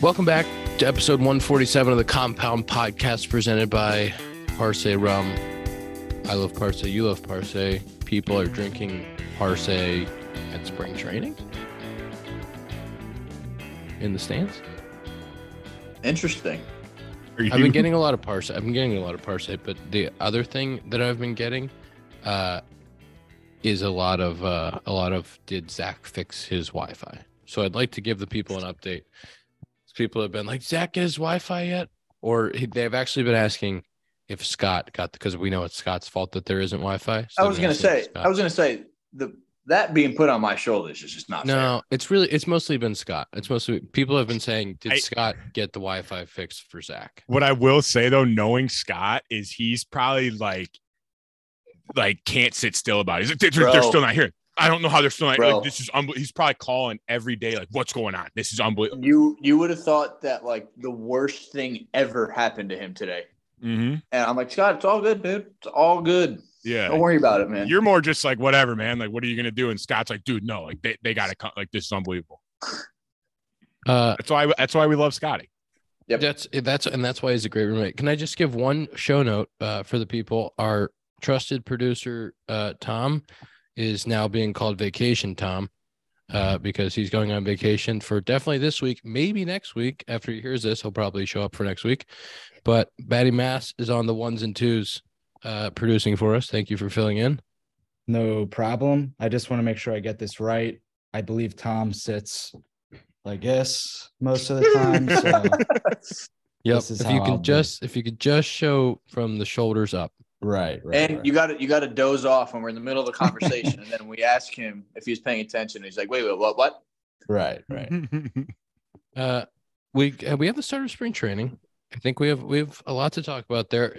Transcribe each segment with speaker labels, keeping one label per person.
Speaker 1: Welcome back to episode 147 of the Compound Podcast presented by Parse Rum. I love Parse. You love Parse. People are drinking Parse at spring training in the stands.
Speaker 2: Interesting.
Speaker 3: Are you
Speaker 1: I've been getting a lot of Parse. I've been getting a lot of Parse, but the other thing that I've been getting uh, is a lot of uh, a lot of did Zach fix his Wi-Fi? So I'd like to give the people an update. People have been like, Zach get his Wi-Fi yet? Or he- they've actually been asking if Scott got because we know it's Scott's fault that there isn't Wi-Fi. So
Speaker 2: I
Speaker 1: they've
Speaker 2: was
Speaker 1: been
Speaker 2: gonna
Speaker 1: asking
Speaker 2: say.
Speaker 1: Scott.
Speaker 2: I was gonna say the that being put on my shoulders is just not fair.
Speaker 1: no, it's really it's mostly been Scott. It's mostly people have been saying, did
Speaker 3: I-
Speaker 1: Scott get the Wi-Fi fixed for Zach?
Speaker 3: what I will say though, knowing Scott is he's probably like, like can't sit still about it. He's like, they're, they're
Speaker 2: Bro.
Speaker 3: still not here. I don't know how they're still not.
Speaker 2: Bro.
Speaker 3: Like, this is unbelievable. He's probably calling every day, like, what's going on? This is unbelievable.
Speaker 2: You you would have thought that like the worst thing ever happened to him today,
Speaker 3: Mm-hmm.
Speaker 2: and I'm like Scott, it's all good, dude. It's all good.
Speaker 3: Yeah.
Speaker 2: Don't worry about it, man.
Speaker 3: You're more just like, whatever, man. Like, what are you going to do? And Scott's like, dude, no, like, they, they got to come. Like, this is unbelievable.
Speaker 1: Uh,
Speaker 3: That's why, that's why we love Scotty.
Speaker 2: Yep.
Speaker 1: That's that's and that's why he's a great roommate. Can I just give one show note uh, for the people? Our trusted producer uh, Tom is now being called Vacation Tom uh,
Speaker 4: Mm-hmm.
Speaker 1: because he's going on vacation for definitely this week, maybe next week. After he hears this, he'll probably show up for next week. But Batty Mass is on the ones and twos uh, producing for us. Thank you for filling in.
Speaker 4: No problem. I just want to make sure I get this right. I believe Tom sits like this most of the time. So,
Speaker 1: Yep.
Speaker 4: This is
Speaker 1: If you
Speaker 4: how
Speaker 1: can
Speaker 4: I'll be.
Speaker 1: just if you could just show from the shoulders up.
Speaker 4: right, right.
Speaker 2: and
Speaker 4: right.
Speaker 2: you got to you got to doze off when we're in the middle of the conversation, and then we ask him if he's paying attention. He's like, wait, wait, what, what?
Speaker 4: right, right.
Speaker 1: Uh, we uh, we have the start of spring training. I think we have we have a lot to talk about there.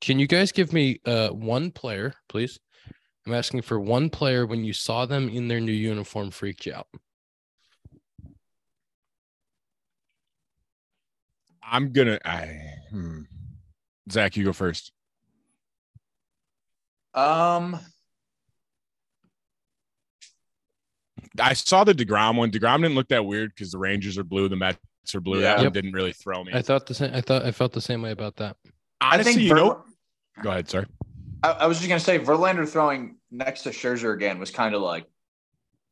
Speaker 1: Can you guys give me uh one player, please? I'm asking for one player when you saw them in their new uniform freaked you out.
Speaker 3: I'm going to, I, hmm. Zach, you go first.
Speaker 2: Um,
Speaker 3: I saw the DeGrom one. DeGrom didn't look that weird because the Rangers are blue, the Mets are blue.
Speaker 2: Yeah.
Speaker 3: That one
Speaker 1: Yep.
Speaker 3: didn't really throw me.
Speaker 1: I thought the same. I thought I felt the same way about that.
Speaker 3: Honestly,
Speaker 2: I think
Speaker 3: you
Speaker 2: Ver-
Speaker 3: know, go ahead, sorry.
Speaker 2: I, I was just gonna say Verlander throwing next to Scherzer again was kind of like,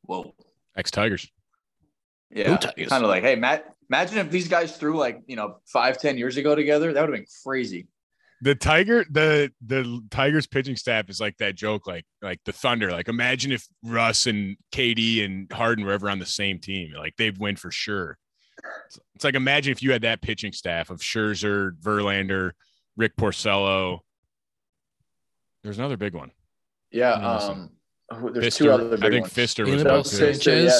Speaker 2: whoa.
Speaker 3: Ex Tigers.
Speaker 2: Yeah,
Speaker 1: Tigers.
Speaker 2: kind of like, hey, Matt. Imagine if these guys threw like you know five, ten years ago together. That would have been crazy.
Speaker 3: The Tiger, the the Tigers pitching staff is like that joke, like like the Thunder. Like imagine if Russ and KD and Harden were ever on the same team. Like they'd win for sure. It's, it's like imagine if you had that pitching staff of Scherzer, Verlander, Rick Porcello. There's another big one.
Speaker 2: Yeah.
Speaker 3: Awesome.
Speaker 2: Um, who- there's
Speaker 3: Fister-
Speaker 2: two other big
Speaker 3: I think
Speaker 2: ones.
Speaker 3: Fister was
Speaker 1: Anibal
Speaker 3: about
Speaker 2: Fister,
Speaker 3: to.
Speaker 1: Sanchez.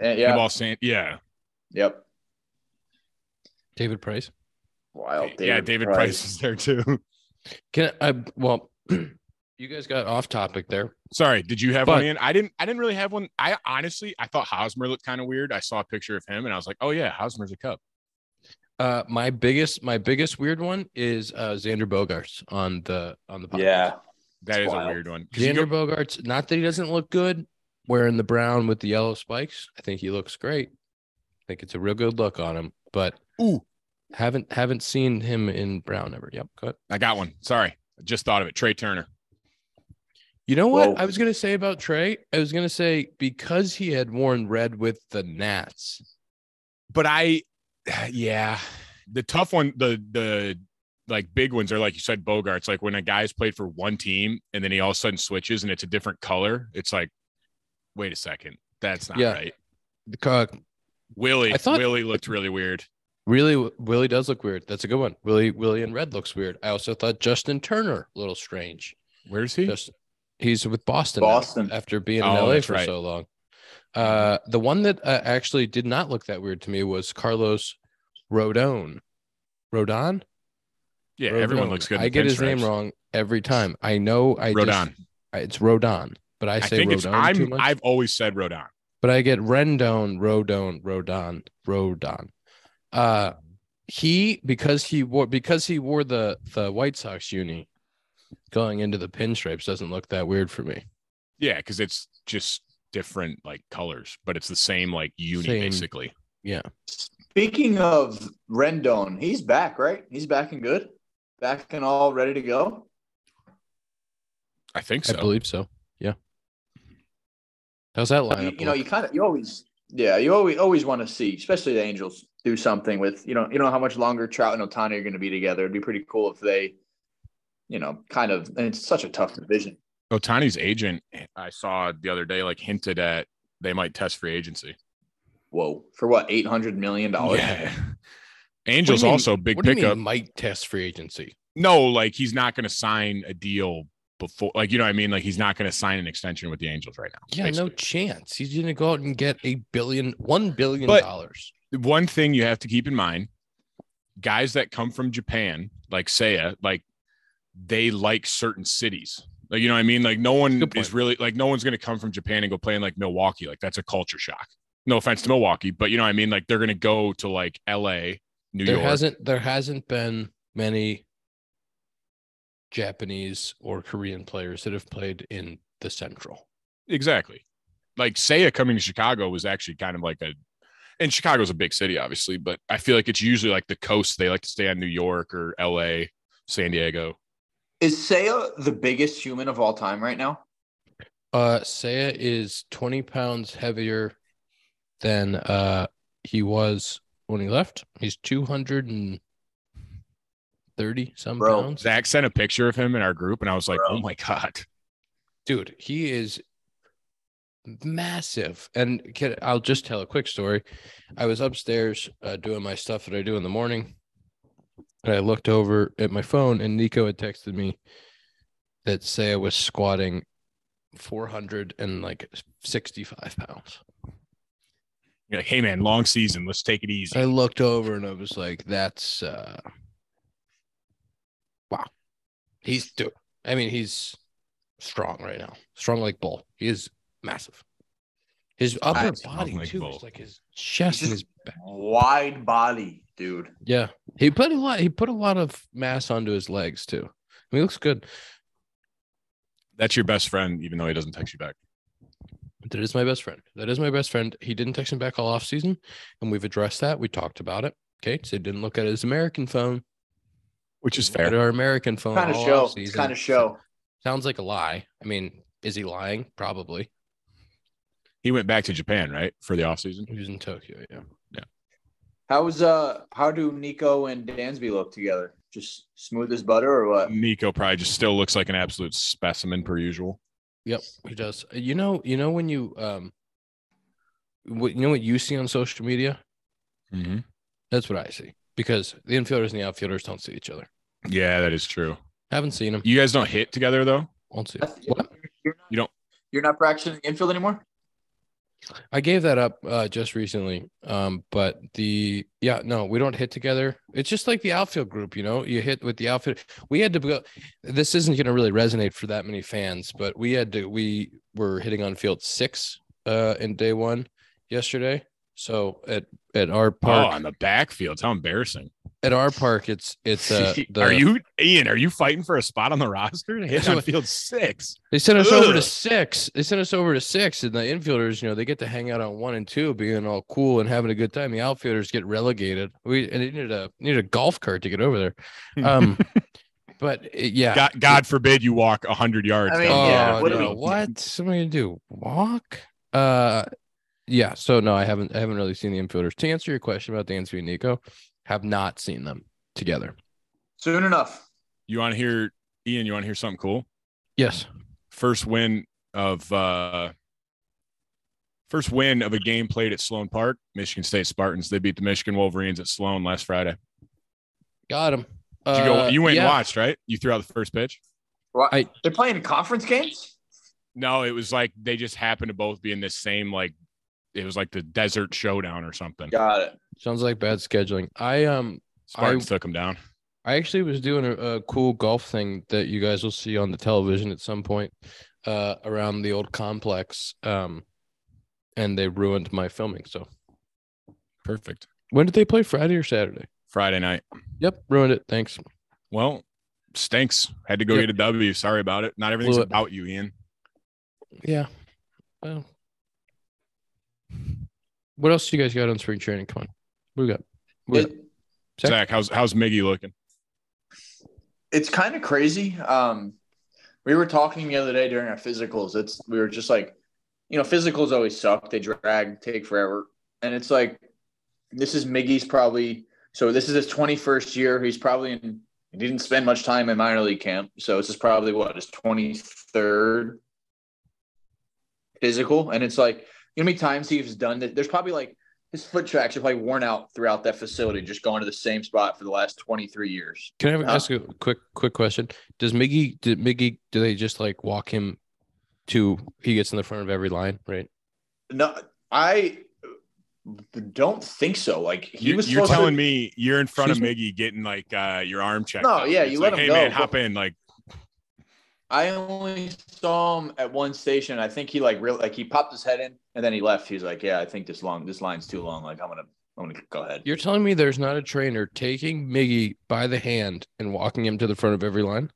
Speaker 1: Sanchez.
Speaker 2: yeah. And- yeah.
Speaker 3: Anibal San- yeah.
Speaker 2: Yep.
Speaker 1: David Price.
Speaker 2: Wow.
Speaker 3: yeah, David Price. is there too.
Speaker 1: Can I? Well, you guys got off topic there.
Speaker 3: Sorry, did you have
Speaker 1: But-
Speaker 3: one in? I didn't. I didn't really have one. I honestly, I thought Hosmer looked kind of weird. I saw a picture of him, and I was like, "Oh yeah, Hosmer's a Cub."
Speaker 1: Uh, my biggest my biggest weird one is uh Xander Bogarts on the on the podcast.
Speaker 2: Yeah.
Speaker 3: That is
Speaker 2: It's
Speaker 3: a
Speaker 2: wild.
Speaker 3: weird one. 'Cause you
Speaker 1: Xander
Speaker 3: go-
Speaker 1: Bogarts, not that he doesn't look good wearing the brown with the yellow spikes. I think he looks great. I think it's a real good look on him, but
Speaker 3: Ooh.
Speaker 1: haven't haven't seen him in brown ever. Yep, go ahead.
Speaker 3: I got one. Sorry, I just thought of it. Trey Turner.
Speaker 1: You know what
Speaker 2: Whoa.
Speaker 1: I was gonna say about Trey? I was gonna say because he had worn red with the Nats.
Speaker 3: But I, yeah, the tough one, the the like big ones are like you said, Bogarts. Like when a guy's played for one team and then he all of a sudden switches and it's a different color. It's like, wait a second, that's not
Speaker 1: Yeah.
Speaker 3: right.
Speaker 1: The co-
Speaker 3: Willie,
Speaker 1: I thought-
Speaker 3: Willie looked really weird.
Speaker 1: Really, Willie does look weird. That's a good one. Willie, Willie in red looks weird. I also thought Justin Turner a little strange.
Speaker 3: Where's he?
Speaker 1: Just he's with Boston. now
Speaker 2: Boston.
Speaker 1: after being
Speaker 3: Oh,
Speaker 1: in LA
Speaker 3: that's
Speaker 1: for
Speaker 3: right.
Speaker 1: so long. Uh, the one that uh, actually did not look that weird to me was Carlos Rodon. Rodon?
Speaker 3: Yeah, everyone
Speaker 1: Rodon.
Speaker 3: looks good. in
Speaker 1: I get his name
Speaker 3: pinstripes.
Speaker 1: wrong every time. I know. I just-
Speaker 3: Rodon.
Speaker 1: I- it's Rodon, but I
Speaker 3: I
Speaker 1: say
Speaker 3: think
Speaker 1: Rodon
Speaker 3: it's
Speaker 1: too
Speaker 3: I'm
Speaker 1: much.
Speaker 3: I've always said Rodon.
Speaker 1: but I get Rendon, Rodon, Rodon, Rodon. Uh, he because he wore because he wore the the White Sox uni going into the pinstripes doesn't look that weird for me.
Speaker 3: Yeah, because it's just different like colors, but it's the same like uni
Speaker 1: Same.
Speaker 3: basically.
Speaker 2: Speaking of Rendon, he's back, right? He's back and good, back and all ready to go.
Speaker 3: I think so.
Speaker 1: I believe so. Yeah. How's that
Speaker 2: You,
Speaker 1: lineup?
Speaker 2: you know,
Speaker 1: look?
Speaker 2: you kind of you always yeah, you always always want to see, especially the Angels do something with you know you know how much longer Trout and Otani are going to be together. It'd be pretty cool if they, you know, kind of. And it's such a tough division.
Speaker 3: Otani's agent, eh, I saw the other day, like hinted at they might test free agency.
Speaker 2: Whoa, for what eight hundred million dollars?
Speaker 3: yeah. Angels
Speaker 1: What Oh, do you mean-
Speaker 3: also big
Speaker 1: what do you
Speaker 3: pickup.
Speaker 1: mean might test free agency?
Speaker 3: No, like he's not going to sign a deal before, like you know what I mean. Like he's not going to sign an extension with the Angels right now.
Speaker 1: Yeah, no
Speaker 3: basically.
Speaker 1: chance. He's gonna go out and get a billion, one billion
Speaker 3: But-
Speaker 1: dollars.
Speaker 3: one thing you have to keep in mind guys that come from Japan, like Seiya, like they like certain cities. Like, you know what I mean? Like, no one
Speaker 1: Good point.
Speaker 3: is really like, no one's going to come from Japan and go play in like Milwaukee. Like, that's a culture shock. No offense to Milwaukee, but you know what I mean? Like, they're going to go to like LA, New
Speaker 1: There
Speaker 3: York.
Speaker 1: hasn't there hasn't been many Japanese or Korean players that have played in the Central.
Speaker 3: Exactly. Like, Seiya coming to Chicago was actually kind of like a, and Chicago's a big city, obviously, but I feel like it's usually like the coast. They like to stay on New York or LA, San Diego.
Speaker 2: Is Seiya the biggest human of all time right now?
Speaker 1: Uh Seiya is 20 pounds heavier than uh he was when he left. He's 230 some
Speaker 2: Bro,
Speaker 1: pounds.
Speaker 3: Zach sent a picture of him in our group, and I was like,
Speaker 2: Bro.
Speaker 3: "Oh my god!"
Speaker 1: dude he is massive and kid i'll just tell a quick story i was upstairs uh, doing my stuff that i do in the morning and i looked over at my phone and nico had texted me that say i was squatting 400 and like 65 pounds
Speaker 3: You're like, "Hey man, long season. Let's take it easy."
Speaker 1: i looked over and i was like that's uh wow he's dude i mean he's strong right now strong like bull he is massive his upper
Speaker 3: strong
Speaker 1: body
Speaker 3: like
Speaker 1: too
Speaker 3: bull.
Speaker 1: is like his chest and his back
Speaker 2: Wide body, dude.
Speaker 1: yeah he put a lot he put a lot of mass onto his legs too I mean, he looks good
Speaker 3: That's your best friend, even though he doesn't text you back.
Speaker 1: that is my best friend that is my best friend he didn't text him back all off season and we've addressed that we talked about it okay so he didn't look at his american phone
Speaker 3: Which is
Speaker 1: at
Speaker 3: fair.
Speaker 1: our american phone
Speaker 2: Kind of
Speaker 1: all
Speaker 2: show. It's
Speaker 1: offseason.
Speaker 2: kind of show.
Speaker 1: Sounds like a lie. I mean, is he lying? Probably.
Speaker 3: He went back to Japan, right, for the offseason.
Speaker 1: He was in Tokyo. Yeah.
Speaker 2: How's uh how do Nico and Dansby look together? Just smooth as butter or what?
Speaker 3: Nico probably just still looks like an absolute specimen per usual.
Speaker 1: Yep. He does. You know, you know when you um what you know what you see on social media? Mm-hmm. That's what I see. Because the infielders and the outfielders don't see each other.
Speaker 3: Yeah, that is true.
Speaker 1: Haven't seen them.
Speaker 3: You guys don't hit together though.
Speaker 1: Won't see 'em.
Speaker 2: That's-
Speaker 1: What?
Speaker 2: You're not,
Speaker 3: You don't-
Speaker 2: You're not practicing infield anymore.
Speaker 1: I gave that up uh just recently. Um, but the yeah, no, we don't hit together. It's just like the outfield group, you know. You hit with the outfield. We had to go this isn't gonna really resonate for that many fans, but we had to we were hitting on field six uh in day one yesterday. So at at our
Speaker 3: Oh,
Speaker 1: park
Speaker 3: on the backfields. How embarrassing.
Speaker 1: at our park it's it's uh the,
Speaker 3: are you Ian? Are you fighting for a spot on the roster to hit on field six?
Speaker 1: They sent us over to
Speaker 3: Ugh.
Speaker 1: six. They sent us over to six, and the infielders, you know, they get to hang out on one and two, being all cool and having a good time. The outfielders get relegated. We and it needed a needed a golf cart to get over there. Um, but it- yeah,
Speaker 3: God, God forbid you walk hundred yards.
Speaker 2: I mean,
Speaker 3: down the
Speaker 2: yeah,
Speaker 1: oh,
Speaker 3: field.
Speaker 2: what do
Speaker 1: no.
Speaker 2: we-
Speaker 1: what am I gonna do? Walk? Uh, yeah. So no, I haven't. I haven't really seen the infielders. To answer your question about Dansby and Nico, have not seen them together.
Speaker 2: Soon enough.
Speaker 3: You want to hear Ian? You want to hear something cool?
Speaker 1: Yes.
Speaker 3: first win of uh first win of a game played at Sloan Park, Michigan State Spartans. They beat the Michigan Wolverines at Sloan last Friday.
Speaker 1: Got him.
Speaker 3: Did you go
Speaker 1: Uh,
Speaker 3: you went
Speaker 1: yeah.
Speaker 3: and watched, right? You threw out the first pitch.
Speaker 2: Why-
Speaker 1: I-
Speaker 2: They're playing conference games.
Speaker 3: No, it was like they just happened to both be in this same like it was like the desert showdown or something.
Speaker 2: Got it.
Speaker 1: Sounds like bad scheduling. I um
Speaker 3: Spartans
Speaker 1: I-
Speaker 3: took them down.
Speaker 1: I actually was doing a, a cool golf thing that you guys will see on the television at some point uh, around the old complex, um, and they ruined my filming. So
Speaker 3: Perfect.
Speaker 1: when did they play Friday or Saturday?
Speaker 3: Friday night.
Speaker 1: Yep, ruined it. Thanks.
Speaker 3: Well, stinks. Had to go
Speaker 1: Yep.
Speaker 3: get a W. Sorry about it. Not everything's
Speaker 1: Blew it.
Speaker 3: about you, Ian.
Speaker 1: Yeah. Well, what else you guys got on spring training? Come on. What do we got? What do we
Speaker 2: It,
Speaker 3: Zach,
Speaker 1: Zach?
Speaker 3: how's how's Miggy looking?
Speaker 2: it's kind of crazy. Um, we were talking the other day during our physicals. It's we were just like, you know, physicals always suck. They drag, take forever, and it's like this is Miggy's probably. So this is his 21st year. He's probably in. He didn't spend much time in minor league camp, so this is probably what his 23rd physical, and it's like you know how many times he's done that. There's probably like his foot tracks are probably worn out throughout that facility, just going to the same spot for the last 23 years.
Speaker 1: Can I have,
Speaker 2: Uh,
Speaker 1: ask a quick quick question? Does Miggy did Miggy do they just like walk him to he gets in the front of every line, right?
Speaker 2: No, I don't think so. Like he
Speaker 3: You,
Speaker 2: was.
Speaker 3: you're
Speaker 2: supposed
Speaker 3: telling
Speaker 2: to,
Speaker 3: me you're in front of
Speaker 1: Excuse
Speaker 3: Miggy getting like uh, your arm checked.
Speaker 2: No,
Speaker 3: out.
Speaker 2: yeah,
Speaker 3: It's
Speaker 2: you
Speaker 3: like,
Speaker 2: let him
Speaker 3: hey
Speaker 2: go,
Speaker 3: man,
Speaker 2: but-
Speaker 3: hop in. Like
Speaker 2: I only saw him at one station. I think he like real like he popped his head in and then he left. He's like, yeah, I think this long this line's too long. Like I'm gonna I'm gonna go ahead.
Speaker 1: You're telling me there's not a trainer taking Miggy by the hand and walking him to the front of every line?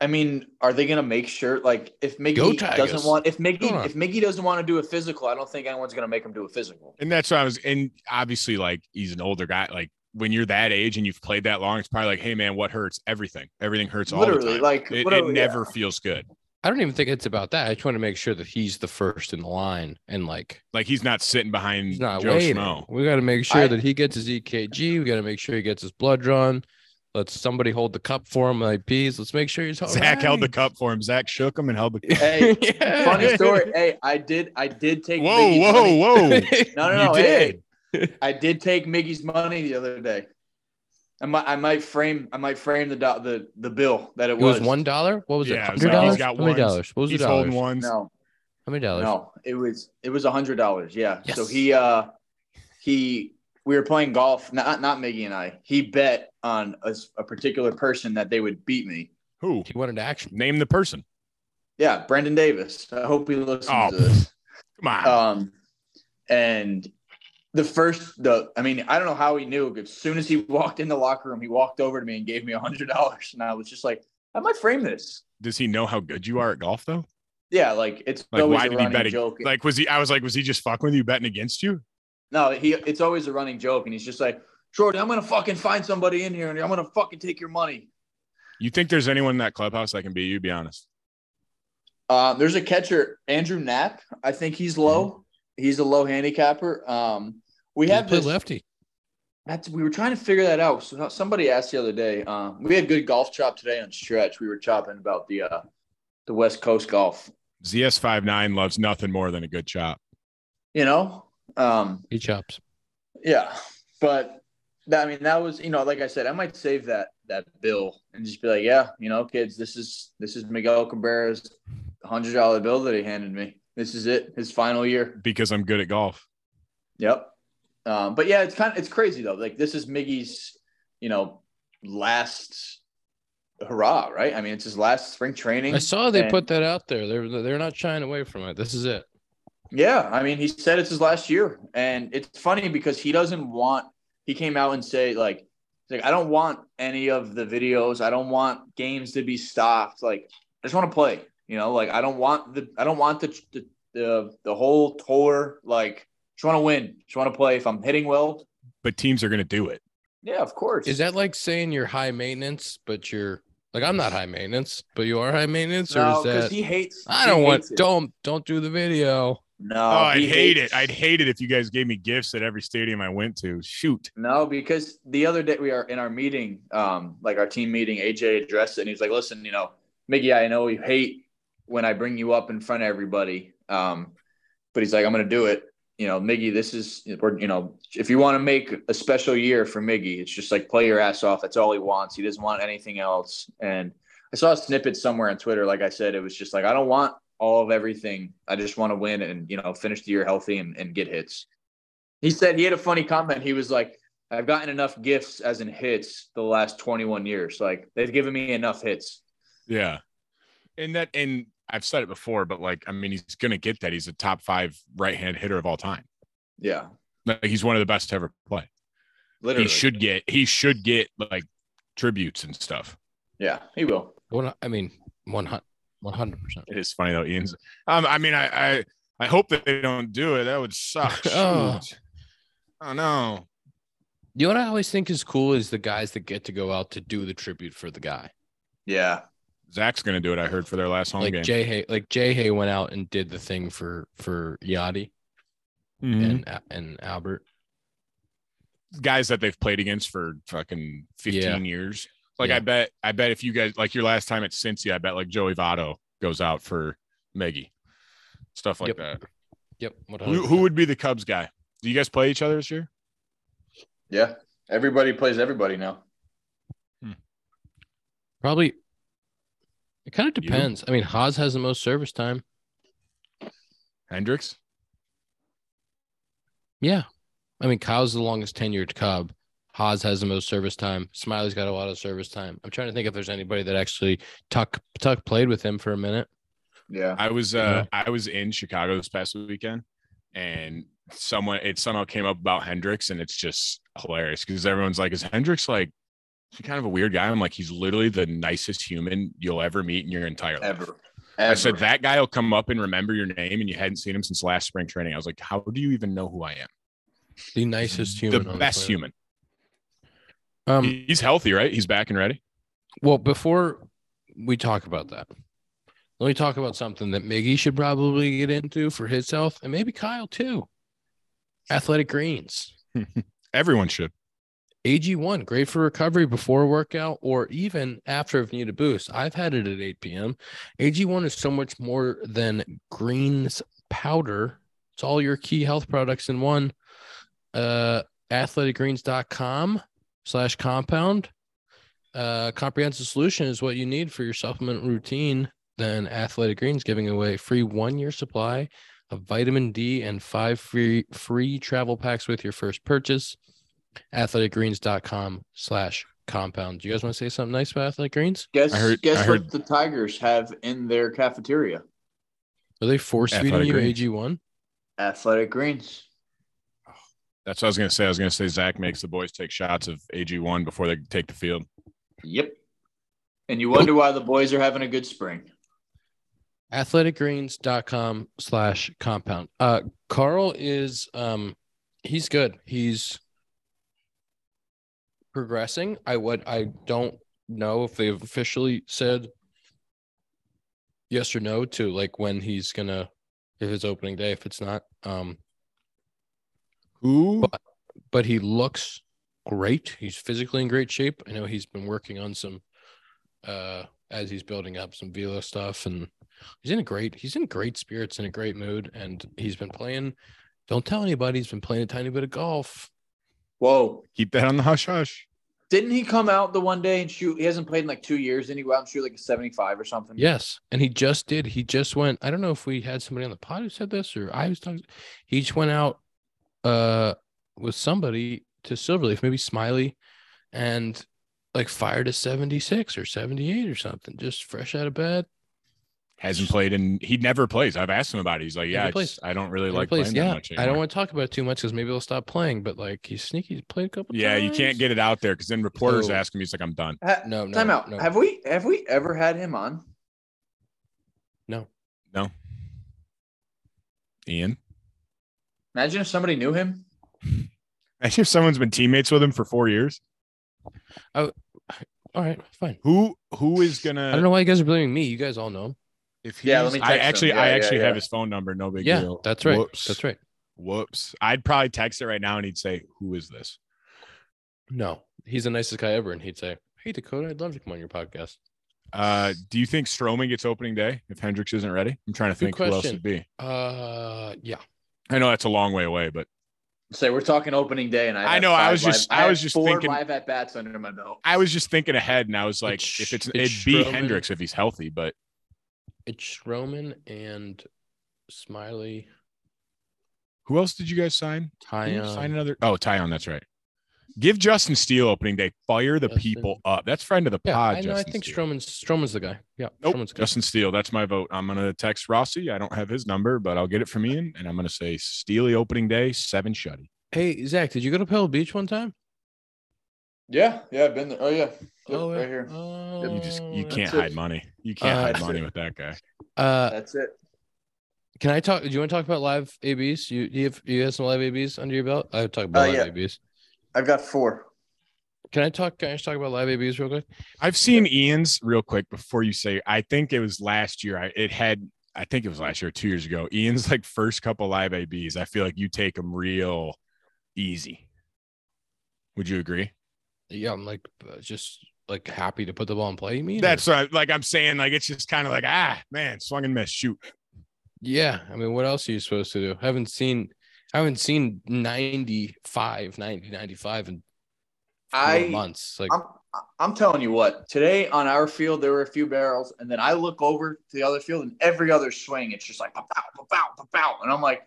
Speaker 2: I mean, are they gonna make sure like if
Speaker 1: Go
Speaker 2: Miggy
Speaker 1: Tigers.
Speaker 2: doesn't want if
Speaker 1: Come on.
Speaker 2: Miggy if Miggy doesn't want to do a physical, I don't think anyone's gonna make him do a physical.
Speaker 3: And that's what I was. And obviously, like he's an older guy. Like when you're that age and you've played that long, it's probably like, hey man, what hurts? Everything. Everything hurts all the
Speaker 2: Literally,
Speaker 3: time.
Speaker 2: like
Speaker 3: It, it
Speaker 2: literally, yeah.
Speaker 3: never feels good.
Speaker 1: I don't even think it's about that. I just want to make sure that he's the first in the line and like
Speaker 3: Like he's not sitting behind
Speaker 1: he's not
Speaker 3: Joe
Speaker 1: waiting.
Speaker 3: Schmo.
Speaker 1: We got to make sure
Speaker 2: I-
Speaker 1: that he gets his EKG. We got to make sure he gets his blood drawn. Let somebody hold the cup for him, like peas. Let's make sure he's all
Speaker 3: Zach held the
Speaker 1: right.
Speaker 3: cup for him. Zach shook him and held the.
Speaker 2: Hey,
Speaker 1: Yeah.
Speaker 2: funny story. Hey, I did I did take
Speaker 3: Whoa,
Speaker 2: Miggy's
Speaker 3: whoa,
Speaker 2: money-
Speaker 3: whoa!
Speaker 2: No,
Speaker 3: You
Speaker 2: no, no. Hey,
Speaker 3: did.
Speaker 2: hey. I did take Miggy's money the other day. I might, I might frame, I might frame the do- the the bill that it,
Speaker 1: It was one dollar. What was
Speaker 3: Yeah,
Speaker 1: it?
Speaker 3: it was
Speaker 1: Hundred
Speaker 2: like he's
Speaker 1: dollars. How
Speaker 3: got
Speaker 1: many
Speaker 3: ones.
Speaker 1: dollars? What was
Speaker 3: He's
Speaker 1: the
Speaker 3: holding
Speaker 1: dollars?
Speaker 3: ones.
Speaker 2: No,
Speaker 1: How many dollars?
Speaker 2: no, it was it was a hundred dollars. Yeah.
Speaker 1: Yes.
Speaker 2: So he uh he we were playing golf. Not not Miggy and I. He bet on a, s- a particular person that they would beat me.
Speaker 3: Who?
Speaker 1: He wanted action.
Speaker 3: Name the person.
Speaker 2: Yeah, Brendan Davis. I hope he listens
Speaker 3: Oh.
Speaker 2: to this.
Speaker 3: Come on.
Speaker 2: Um, and the first, the I mean, I don't know how he knew. As soon as he walked in the locker room, he walked over to me and gave me a hundred dollars, and I was just like, "I might frame this."
Speaker 3: Does he know how good you are at golf though?
Speaker 2: Yeah, like it's
Speaker 3: Like,
Speaker 2: always
Speaker 3: why
Speaker 2: a
Speaker 3: did he
Speaker 2: running
Speaker 3: bet ag-
Speaker 2: joke.
Speaker 3: Like was he? I was like, was he just fucking with you, betting against you?
Speaker 2: no, he it's always a running joke, and he's just like, "Jordan, I'm gonna fucking find somebody in here, and I'm gonna fucking take your money."
Speaker 3: You think there's anyone in that clubhouse that can beat you? Be honest.
Speaker 2: Um, there's a catcher, Andrew Knapp. I think he's low.
Speaker 3: Mm-hmm.
Speaker 2: He's a low handicapper. Um, we
Speaker 1: He
Speaker 2: have
Speaker 1: played
Speaker 2: this,
Speaker 1: lefty.
Speaker 2: That's we were trying to figure that out. So somebody asked the other day. Uh, we had good golf chop today on stretch. We were chopping about the uh, the West Coast golf.
Speaker 3: ZS59 loves nothing more than a good chop.
Speaker 2: You know, um,
Speaker 1: He chops.
Speaker 2: yeah. But that, I mean, that was you know, like I said, I might save that that bill and just be like, yeah, you know, kids, this is this is Miguel Cabrera's hundred dollar bill that he handed me. This is it, his final year.
Speaker 3: because I'm good at golf.
Speaker 2: Yep. Um, but yeah, it's kind of it's crazy though. Like this is Miggy's, you know, last hurrah, right? I mean, it's his last spring training.
Speaker 1: I saw they
Speaker 2: and-
Speaker 1: put that out there. They're they're not shying away from it. This is it.
Speaker 2: Yeah, I mean, he said it's his last year, and it's funny because he doesn't want. He came out and say like, he's like I don't want any of the videos. I don't want games to be stopped. Like, I just want to play. You know, like I don't want the I don't want the the the, the whole tour. Like, just want to win. Just want to play. If I'm hitting well,
Speaker 3: But teams are going to do it.
Speaker 2: yeah, of course.
Speaker 1: Is that like saying you're high maintenance, but you're like I'm not high maintenance, but you are high maintenance, or
Speaker 2: No,
Speaker 1: is that
Speaker 2: because he hates.
Speaker 1: I
Speaker 2: he
Speaker 1: don't want
Speaker 2: hates it.
Speaker 1: don't don't do the video.
Speaker 2: No,
Speaker 3: Oh, I'd
Speaker 2: Uh, he
Speaker 3: hate
Speaker 2: hates-
Speaker 3: it. I'd hate it if you guys gave me gifts at every stadium I went to. Shoot.
Speaker 2: No, because the other day we are in our meeting, um, like our team meeting, AJ addressed it and he's like, listen, you know, Mickey, I know you hate when I bring you up in front of everybody. Um, but he's like, I'm going to do it. You know, Miggy, this is, or, you know, if you want to make a special year for Miggy, it's just like play your ass off. That's all he wants. He doesn't want anything else. And I saw a snippet somewhere on Twitter. Like I said, it was just like, I don't want all of everything. I just want to win and, you know, finish the year healthy and, and get hits. He said he had a funny comment. He was like, I've gotten enough gifts as in hits the last 21 years. Like they've given me enough hits.
Speaker 3: Yeah. And that, and I've said it before, but like, I mean, he's going to get that. He's a top five right hand hitter of all time.
Speaker 2: Yeah.
Speaker 3: Like, he's one of the best to ever play.
Speaker 2: Literally.
Speaker 3: He should get, he should get like tributes and stuff.
Speaker 2: Yeah, he will.
Speaker 1: Well, I mean, one hundred percent.
Speaker 3: It is funny though, Ian's. Um, I mean, I, I, I hope that they don't do it. That would suck.
Speaker 1: Oh.
Speaker 3: Shoot. oh no.
Speaker 1: You know what I always think is cool is the guys that get to go out to do the tribute for the guy.
Speaker 2: Yeah.
Speaker 3: Zach's gonna do it. I heard for their last home
Speaker 1: like
Speaker 3: game.
Speaker 1: Jay Hay, like Jay Hay went out and did the thing for for Yachty
Speaker 3: Mhm.
Speaker 1: and and Albert.
Speaker 3: guys that they've played against for fucking 15
Speaker 1: Yeah.
Speaker 3: years. Like
Speaker 1: Yeah.
Speaker 3: I bet I bet if you guys like your last time at Cincy, I bet like Joey Votto goes out for Meggie. Stuff like
Speaker 1: Yep. Uh,
Speaker 3: that.
Speaker 1: Yep. What
Speaker 3: Who, who would be the Cubs guy? Do you guys play each other this year?
Speaker 2: Yeah. Everybody plays everybody now.
Speaker 1: probably? It kind of
Speaker 3: You?
Speaker 1: depends. I mean, Haas has the most service time.
Speaker 3: Hendricks?
Speaker 1: Yeah. I mean, Kyle's the longest tenured Cub. Haas has the most service time. Smiley's got a lot of service time. I'm trying to think if there's anybody that actually Tuck Tuck played with him for a minute.
Speaker 2: Yeah.
Speaker 3: I was uh I was in Chicago this past weekend and someone it somehow came up about Hendricks and it's just hilarious because everyone's like, is Hendricks like is he kind of a weird guy? I'm like, he's literally the nicest human you'll ever meet in your entire life.
Speaker 2: Ever.
Speaker 3: I
Speaker 2: Ever.
Speaker 3: said that guy will come up and remember your name, and you hadn't seen him since last spring training. I was like, "How do you even know who I am?
Speaker 1: The nicest human, on
Speaker 3: Mm, the best
Speaker 1: planet.
Speaker 3: human.
Speaker 1: Um,
Speaker 3: He's healthy, right? He's back and ready.
Speaker 1: Well, before we talk about that, let me talk about something that Miggy should probably get into for his health and maybe Kyle too. Athletic greens.
Speaker 3: Everyone should.
Speaker 1: AG1, great for recovery before a workout or even after if you need a boost. I've had it at 8 p.m. AG1 is so much more than greens powder. It's all your key health products in one. Uh, athleticgreens.com slash compound. Uh, comprehensive solution is what you need for your supplement routine. Then Athletic Greens giving away free one year supply of vitamin D and five free free travel packs with your first purchase athleticgreens.com slash compound. Do you guys want to say something nice about Athletic Greens?
Speaker 2: Guess
Speaker 3: I heard-
Speaker 2: guess
Speaker 3: I
Speaker 2: what
Speaker 3: heard-
Speaker 2: the Tigers have in their cafeteria?
Speaker 1: Are they force feeding
Speaker 3: Athletic
Speaker 1: you
Speaker 3: Greens.
Speaker 1: AG1?
Speaker 2: Athletic greens.
Speaker 3: That's what I was gonna say. I was gonna say Zach makes the boys take shots of AG one before they take the field.
Speaker 2: Yep. And you wonder why the boys are having a good spring.
Speaker 1: Athleticgreens.com slash compound. Uh Carl is um he's good. He's progressing. I would I don't know if they've officially said yes or no to like when he's gonna if it's opening day, if it's not. Um
Speaker 3: Who?
Speaker 1: but he looks great. He's physically in great shape. I know he's been working on some uh as he's building up some velo stuff and he's in a great he's in great spirits in a great mood and he's been playing don't tell anybody he's been playing a tiny bit of golf.
Speaker 2: Whoa.
Speaker 3: Keep that on the hush hush.
Speaker 2: Didn't he come out the one day and shoot? He hasn't played in like two years. Didn't he go out and shoot like a 75 or something?
Speaker 1: Yes, and he just did. He just went I don't know if we had somebody on the pod who said this or I was talking he just went out uh with somebody to Silverleaf, maybe Smiley and like fired a 76 or 78 or something just fresh out of bed
Speaker 3: Hasn't played and he never plays. I've asked him about it. He's like,
Speaker 1: Never
Speaker 3: "Yeah, I,
Speaker 1: plays.
Speaker 3: just- I don't really
Speaker 1: Never
Speaker 3: like
Speaker 1: plays.
Speaker 3: playing
Speaker 1: yeah.
Speaker 3: that much." Anymore.
Speaker 1: I don't want to talk about it too much because maybe they'll stop playing. But like he's sneaky. He's played a couple.
Speaker 3: Yeah, you
Speaker 1: times.
Speaker 3: can't get it out there because then reporters
Speaker 1: So-
Speaker 3: ask him. He's like, "I'm done."
Speaker 2: Ha-
Speaker 1: No, no,
Speaker 2: Time out.
Speaker 1: no.
Speaker 2: Have we have we ever had him on?
Speaker 3: No. Ian,
Speaker 2: Imagine if somebody knew him.
Speaker 3: actually, if someone's been teammates with him for four years,
Speaker 1: All right, fine.
Speaker 3: who who is gonna?
Speaker 1: I don't know why you guys are blaming me. You guys all know him.
Speaker 3: If
Speaker 2: Yeah,
Speaker 3: he's-
Speaker 2: let me
Speaker 3: I
Speaker 2: text him.
Speaker 3: actually,
Speaker 2: Yeah,
Speaker 3: I
Speaker 2: yeah,
Speaker 3: actually
Speaker 2: yeah.
Speaker 3: have his phone number. No big
Speaker 1: yeah,
Speaker 3: deal.
Speaker 1: that's right.
Speaker 3: Whoops.
Speaker 1: That's right.
Speaker 3: Whoops. I'd probably text it right now, and he'd say, "Who is this?"
Speaker 1: No, he's the nicest guy ever, and he'd say, "Hey Dakota, I'd love to come on your podcast."
Speaker 3: Uh, do you think Strowman gets opening day if Hendricks isn't ready? I'm trying to
Speaker 1: Good
Speaker 3: think who else
Speaker 1: question.
Speaker 3: would be.
Speaker 1: Uh, yeah.
Speaker 3: I know that's a long way away, but
Speaker 2: Say we're talking opening day, and I.
Speaker 3: I
Speaker 2: have
Speaker 3: know, I
Speaker 2: five
Speaker 3: was just-
Speaker 2: live-
Speaker 3: I
Speaker 2: have
Speaker 3: was just
Speaker 2: four
Speaker 3: thinking-
Speaker 2: live at bats under my belt.
Speaker 3: I was just thinking ahead, and I was like,
Speaker 1: It's-
Speaker 3: "If it's,
Speaker 1: it's
Speaker 3: it'd be
Speaker 1: Strowman.
Speaker 3: Hendricks if he's healthy," but
Speaker 1: It's Schroman and Smiley.
Speaker 3: who else did you guys sign? Didn't you Sign
Speaker 1: Tyon.
Speaker 3: another. Oh, Tyon, that's right. Give Justin Steele opening day. Fire the
Speaker 1: Justin-
Speaker 3: people up. That's friend of the
Speaker 1: Yeah,
Speaker 3: pod.
Speaker 1: I know. I
Speaker 3: Justin
Speaker 1: think
Speaker 3: Steele.
Speaker 1: Stroman's Stroman's the guy. Yeah,
Speaker 3: Ah, Nope.
Speaker 1: Stroman's the guy.
Speaker 3: Justin Steele. That's my vote. I'm gonna text Rossi. I don't have his number, but I'll get it from Ian, and I'm gonna say Steely opening day, seven shutty.
Speaker 1: Hey Zach, did you go to Pebble Beach one time?
Speaker 2: Yeah, yeah, I've been there. Oh yeah,
Speaker 1: yeah.
Speaker 2: right here.
Speaker 1: Oh,
Speaker 3: You just you
Speaker 1: that's
Speaker 3: can't
Speaker 1: it.
Speaker 3: hide money. You can't
Speaker 1: Uh,
Speaker 3: hide
Speaker 2: That's
Speaker 3: money
Speaker 2: it.
Speaker 3: with that guy.
Speaker 1: Uh,
Speaker 2: That's it.
Speaker 1: Can I talk? Do you want to talk about live ABs? You you have you have some live ABs under your belt? I would talk about
Speaker 2: Uh,
Speaker 1: live
Speaker 2: yeah.
Speaker 1: ABs.
Speaker 2: I've got four.
Speaker 1: Can I talk? Can I just talk about live ABs real quick?
Speaker 3: I've seen Ian's real quick before you say. I think it was last year. I, it had. I think it was last year, two years ago. Ian's like first couple live ABs. I feel like you take them real easy. Would you agree?
Speaker 1: Yeah, I'm like uh, just like happy to put the ball in play. You mean or-
Speaker 3: That's what I, like I'm saying. Like it's just kind of like ah man, swung and miss, shoot.
Speaker 1: Yeah, I mean, what else are you supposed to do? I haven't seen, I haven't seen 95, 90, 95 in four
Speaker 2: I-
Speaker 1: months. Like,
Speaker 2: I'm I'm telling you what. Today on our field there were a few barrels, and then I look over to the other field, and every other swing it's just like pow pow pow pow pow, pow. and I'm like,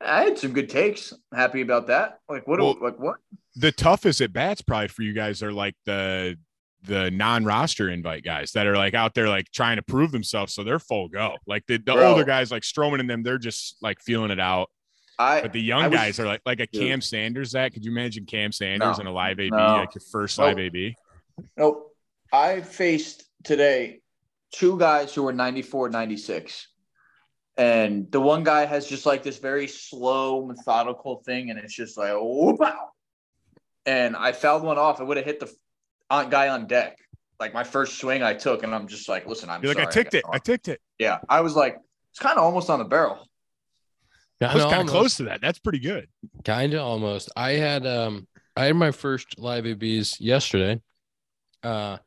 Speaker 2: I had some good takes. Happy about that. Like what? do-
Speaker 3: Well-
Speaker 2: like what?
Speaker 3: The toughest at bats probably for you guys are like the the non-roster invite guys that are like out there like trying to prove themselves, so they're full go. Like the, the
Speaker 2: Bro.
Speaker 3: older guys like Stroman and them, they're just like feeling it out.
Speaker 2: I
Speaker 3: But the young
Speaker 2: I was-
Speaker 3: guys are like like a
Speaker 2: Dude.
Speaker 3: Cam Sanders. That could you imagine Cam Sanders
Speaker 2: No.
Speaker 3: in a live AB,
Speaker 2: No.
Speaker 3: like your first
Speaker 2: Nope.
Speaker 3: live AB?
Speaker 2: Nope. I faced today two guys who were 94, 96. And the one guy has just like this very slow, methodical thing. And it's just like, oh, wow. And I fouled one off. I would have hit the on- guy on deck. Like my first swing I took. And I'm just like, listen, I'm
Speaker 3: You're like I
Speaker 2: sorry,
Speaker 3: ticked
Speaker 2: got
Speaker 3: it, I ticked it.
Speaker 2: Yeah. I was like, it's kind of almost on the barrel.
Speaker 3: I
Speaker 1: Yeah,
Speaker 3: was
Speaker 1: no,
Speaker 3: kind of
Speaker 1: almost.
Speaker 3: close to that. That's pretty good.
Speaker 1: Kind of almost. I had um I had my first live ABs yesterday. Uh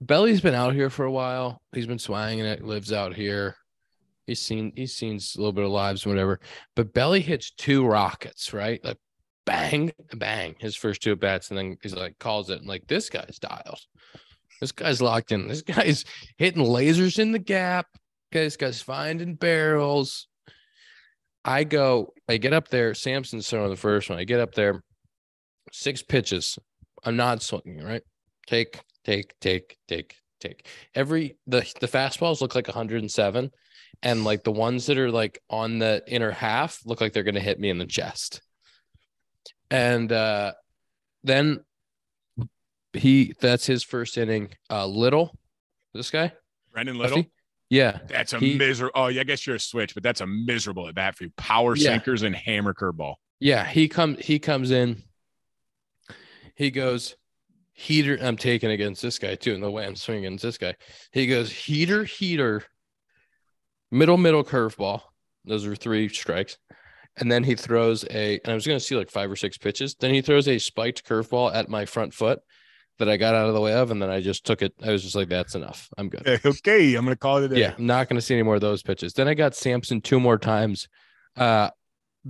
Speaker 1: Belly's been out here for a while. He's been swanging it, lives out here. He's seen he's seen a little bit of lives and whatever. But Belly hits two rockets, right? Like bang, bang, his first two at bats, and then he's like calls it and like this guy's dialed. This guy's locked in. This guy's hitting lasers in the gap. Okay, this guy's finding barrels. I go, I get up there. Samson's throwing the first one. I get up there, six pitches. I'm not swinging, right? Take, take, take, take, take. Every the the fastballs look like 107, and like the ones that are like on the inner half look like they're gonna hit me in the chest. And uh, then he that's his first inning. Uh, Little, this guy,
Speaker 3: Brendan Little.
Speaker 1: lefty? yeah,
Speaker 3: That's a
Speaker 1: He-
Speaker 3: miserable. Oh, yeah, I guess you're a switch, but that's a miserable at bat for you. Power
Speaker 1: Yeah.
Speaker 3: sinkers and hammer curveball.
Speaker 1: Yeah, he comes he comes in. He goes heater. I'm taking against this guy too, and the way I'm swinging against this guy. He goes heater, heater, middle, middle curveball. Those are three strikes. And then he throws a, and I was going to see like five or six pitches. Then he throws a spiked curveball at my front foot that I got out of the way of. And then I just took it. I was just like, that's enough. I'm good.
Speaker 3: Okay, I'm gonna call it a day.
Speaker 1: Yeah, I'm not going to see any more of those pitches. Then I got Sampson two more times, uh,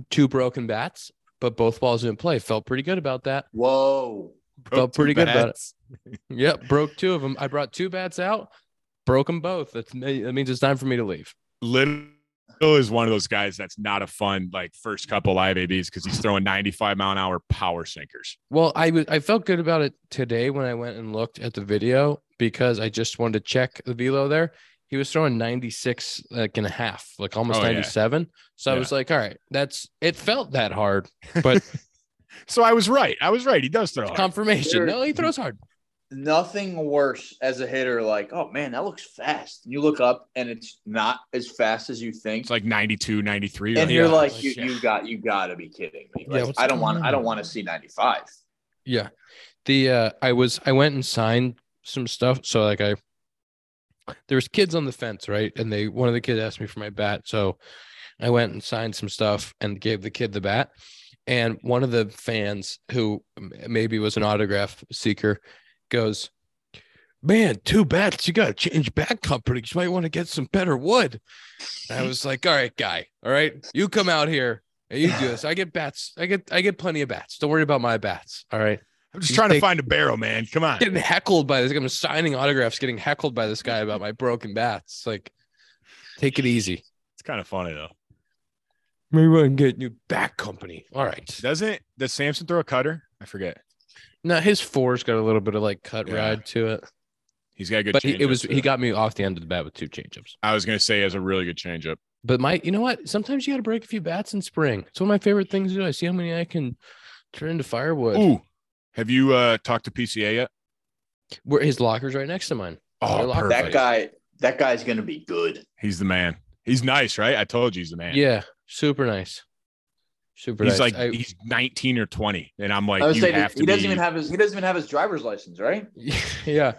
Speaker 1: two broken bats, but both balls in play. Felt pretty good about that.
Speaker 2: Whoa.
Speaker 1: Felt pretty good about it.
Speaker 3: bats.
Speaker 1: Yep, broke two of them. I brought two bats out, broke them both. That's, that means it's time for me to leave.
Speaker 3: Little is one of those guys that's not a fun like first couple live ABs because he's throwing 95 mile an hour power sinkers.
Speaker 1: Well, I was I felt good about it today when I went and looked at the video because I just wanted to check the velo there. He was throwing 96 like and a half, like almost
Speaker 3: Oh, yeah.
Speaker 1: 97. So I
Speaker 3: Yeah.
Speaker 1: was like, all right, that's it felt that hard. But
Speaker 3: So I was right. I was right. He does throw. hard.
Speaker 1: confirmation. No, he throws hard.
Speaker 2: nothing worse as a hitter like oh man that looks fast and you look up and it's not as fast as you think
Speaker 3: It's like 92, 93.
Speaker 2: and
Speaker 3: right?
Speaker 2: you're
Speaker 1: yeah,
Speaker 2: like
Speaker 1: like,
Speaker 2: you,
Speaker 1: yeah.
Speaker 2: you got you got to be kidding me
Speaker 1: Yeah,
Speaker 2: like,
Speaker 1: what's
Speaker 2: i don't
Speaker 1: going
Speaker 2: want i don't
Speaker 1: on?
Speaker 2: want to see 95
Speaker 1: Yeah. The uh I was I went and signed some stuff. So like I there was kids on the fence, right? And they one of the kids asked me for my bat. So I went and signed some stuff and gave the kid the bat. And one of the fans who m- maybe was an autograph seeker goes, Man, two bats. You got to change bat companies. You might want to get some better wood. And I was like, All right, guy. All right. You come out here and you do this. I get bats. I get, I get plenty of bats. Don't worry about my bats. All right
Speaker 3: I'm just
Speaker 1: you
Speaker 3: trying to
Speaker 1: think-
Speaker 3: find a barrel, man. Come on.
Speaker 1: getting heckled by this. I'm signing autographs, getting heckled by this guy about my broken bats. Like, take it easy.
Speaker 3: It's kind of funny though.
Speaker 1: Maybe I can get a new bat company. All right.
Speaker 3: Doesn't does Samson throw a cutter? I forget.
Speaker 1: Now his four's got a little bit of like cut
Speaker 3: Yeah.
Speaker 1: ride to it,
Speaker 3: He's got a good.
Speaker 1: but he, it
Speaker 3: changeup,
Speaker 1: was he
Speaker 3: too.
Speaker 1: got me off the end of the bat with two changeups.
Speaker 3: I was gonna say it was a really good changeup.
Speaker 1: But my, you know what? Sometimes you got to break a few bats in spring. It's one of my favorite things to do. I see how many I can turn into firewood.
Speaker 3: Ooh, have you uh talked to PCA yet?
Speaker 1: Where his locker's right next to mine. I
Speaker 3: Oh,
Speaker 1: locked
Speaker 3: perfect.
Speaker 2: that guy that guy's gonna be good
Speaker 3: He's the man. He's nice, right? I told you he's the man.
Speaker 1: Yeah, super nice. Super.
Speaker 3: He's
Speaker 1: nice.
Speaker 3: like
Speaker 1: I-
Speaker 3: he's 19 or 20, and I'm like,
Speaker 2: I was
Speaker 3: you
Speaker 2: saying
Speaker 3: have to
Speaker 2: he doesn't
Speaker 3: be-
Speaker 2: even have his he doesn't even have his driver's license, right?
Speaker 1: yeah,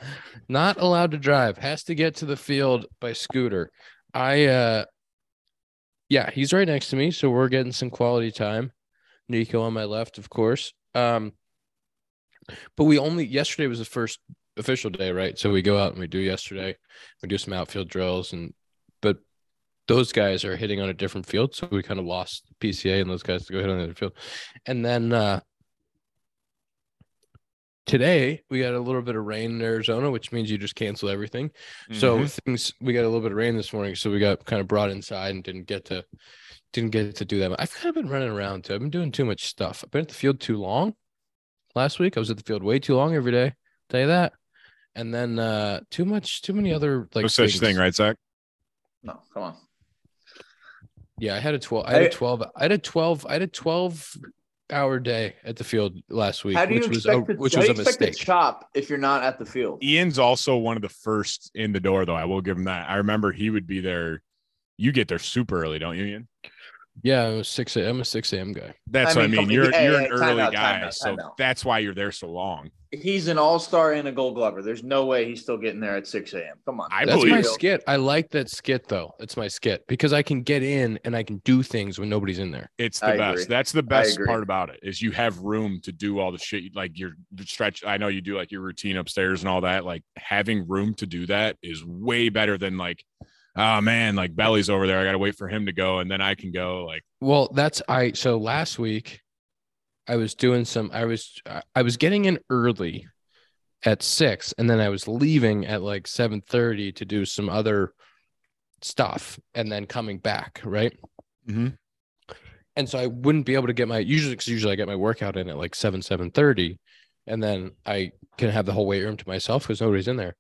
Speaker 1: not allowed to drive. Has to get to the field by scooter. I uh yeah, he's right next to me, so we're getting some quality time. Nico on my left, of course. Um but we only yesterday was the first official day, right? So we go out and we do yesterday. We do some outfield drills and but those guys are hitting on a different field, so we kind of lost PCA and those guys to go hit on the other field. And then uh today we got a little bit of rain in Arizona, which means you just cancel everything. So
Speaker 3: Mhm.
Speaker 1: things we got a little bit of rain this morning, so we got kind of brought inside and didn't get to didn't get to do that. much. I've kind of been running around too. I've been doing too much stuff. I've been at the field too long. Last week I was at the field way too long every day. Tell you that. And then uh too much, too many other like
Speaker 3: no such
Speaker 1: things.
Speaker 3: thing, right, Zach?
Speaker 2: No, come on.
Speaker 1: Yeah, I had a twelve. I had a
Speaker 2: I-
Speaker 1: twelve. I had a twelve. I had a twelve hour day at the field last week,
Speaker 2: How do you
Speaker 1: which was a,
Speaker 2: expect to,
Speaker 1: which
Speaker 2: how do
Speaker 1: was
Speaker 2: you
Speaker 1: a
Speaker 2: expect to
Speaker 1: mistake.
Speaker 2: chop if you're not at the field?
Speaker 3: Ian's also one of the first in the door, though. I will give him that. I remember he would be there. You get there super early, don't you, Ian?
Speaker 1: yeah, I was six. a- I'm a six a.m. guy.
Speaker 3: That's
Speaker 2: I
Speaker 3: what
Speaker 2: mean,
Speaker 3: I
Speaker 2: come-
Speaker 3: mean. You're
Speaker 2: hey,
Speaker 3: you're
Speaker 2: hey,
Speaker 3: an
Speaker 2: time
Speaker 3: early
Speaker 2: out, time
Speaker 3: guy,
Speaker 2: out,
Speaker 3: so
Speaker 2: time out.
Speaker 3: that's why you're there so long.
Speaker 2: He's an all-star and a gold glover. There's no way he's still getting there at 6 a.m. Come on.
Speaker 3: I
Speaker 1: That's
Speaker 3: believe
Speaker 1: my
Speaker 3: it.
Speaker 1: skit. I like that skit though. It's my skit because I can get in and I can do things when nobody's in there.
Speaker 3: It's the
Speaker 2: I
Speaker 3: best.
Speaker 2: agree.
Speaker 3: That's the best
Speaker 2: agree.
Speaker 3: part about it is you have room to do all the shit like your stretch. I know you do like your routine upstairs and all that. Like having room to do that is way better than like, oh man, like Belly's over there. I gotta wait for him to go and then I can go. Like
Speaker 1: Well, that's I. So last week, I was doing some. I was I- I was getting in early at six, and then I was leaving at like seven thirty to do some other stuff, and then coming back right.
Speaker 3: Mm-hmm.
Speaker 1: and so I wouldn't be able to get my usually because usually I get my workout in at like seven seven thirty, and then I can have the whole weight room to myself because nobody's in there.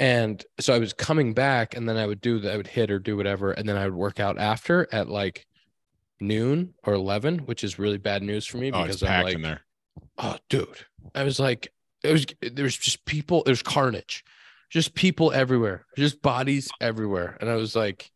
Speaker 1: And so I was coming back, and then I would do that. I would hit or do whatever, and then I would work out after at like noon or eleven, which is really bad news for me
Speaker 3: oh, it's
Speaker 1: because
Speaker 3: packed
Speaker 1: I'm like,
Speaker 3: in there.
Speaker 1: oh dude i was like it was there's just people there's carnage just people everywhere just bodies everywhere and i was like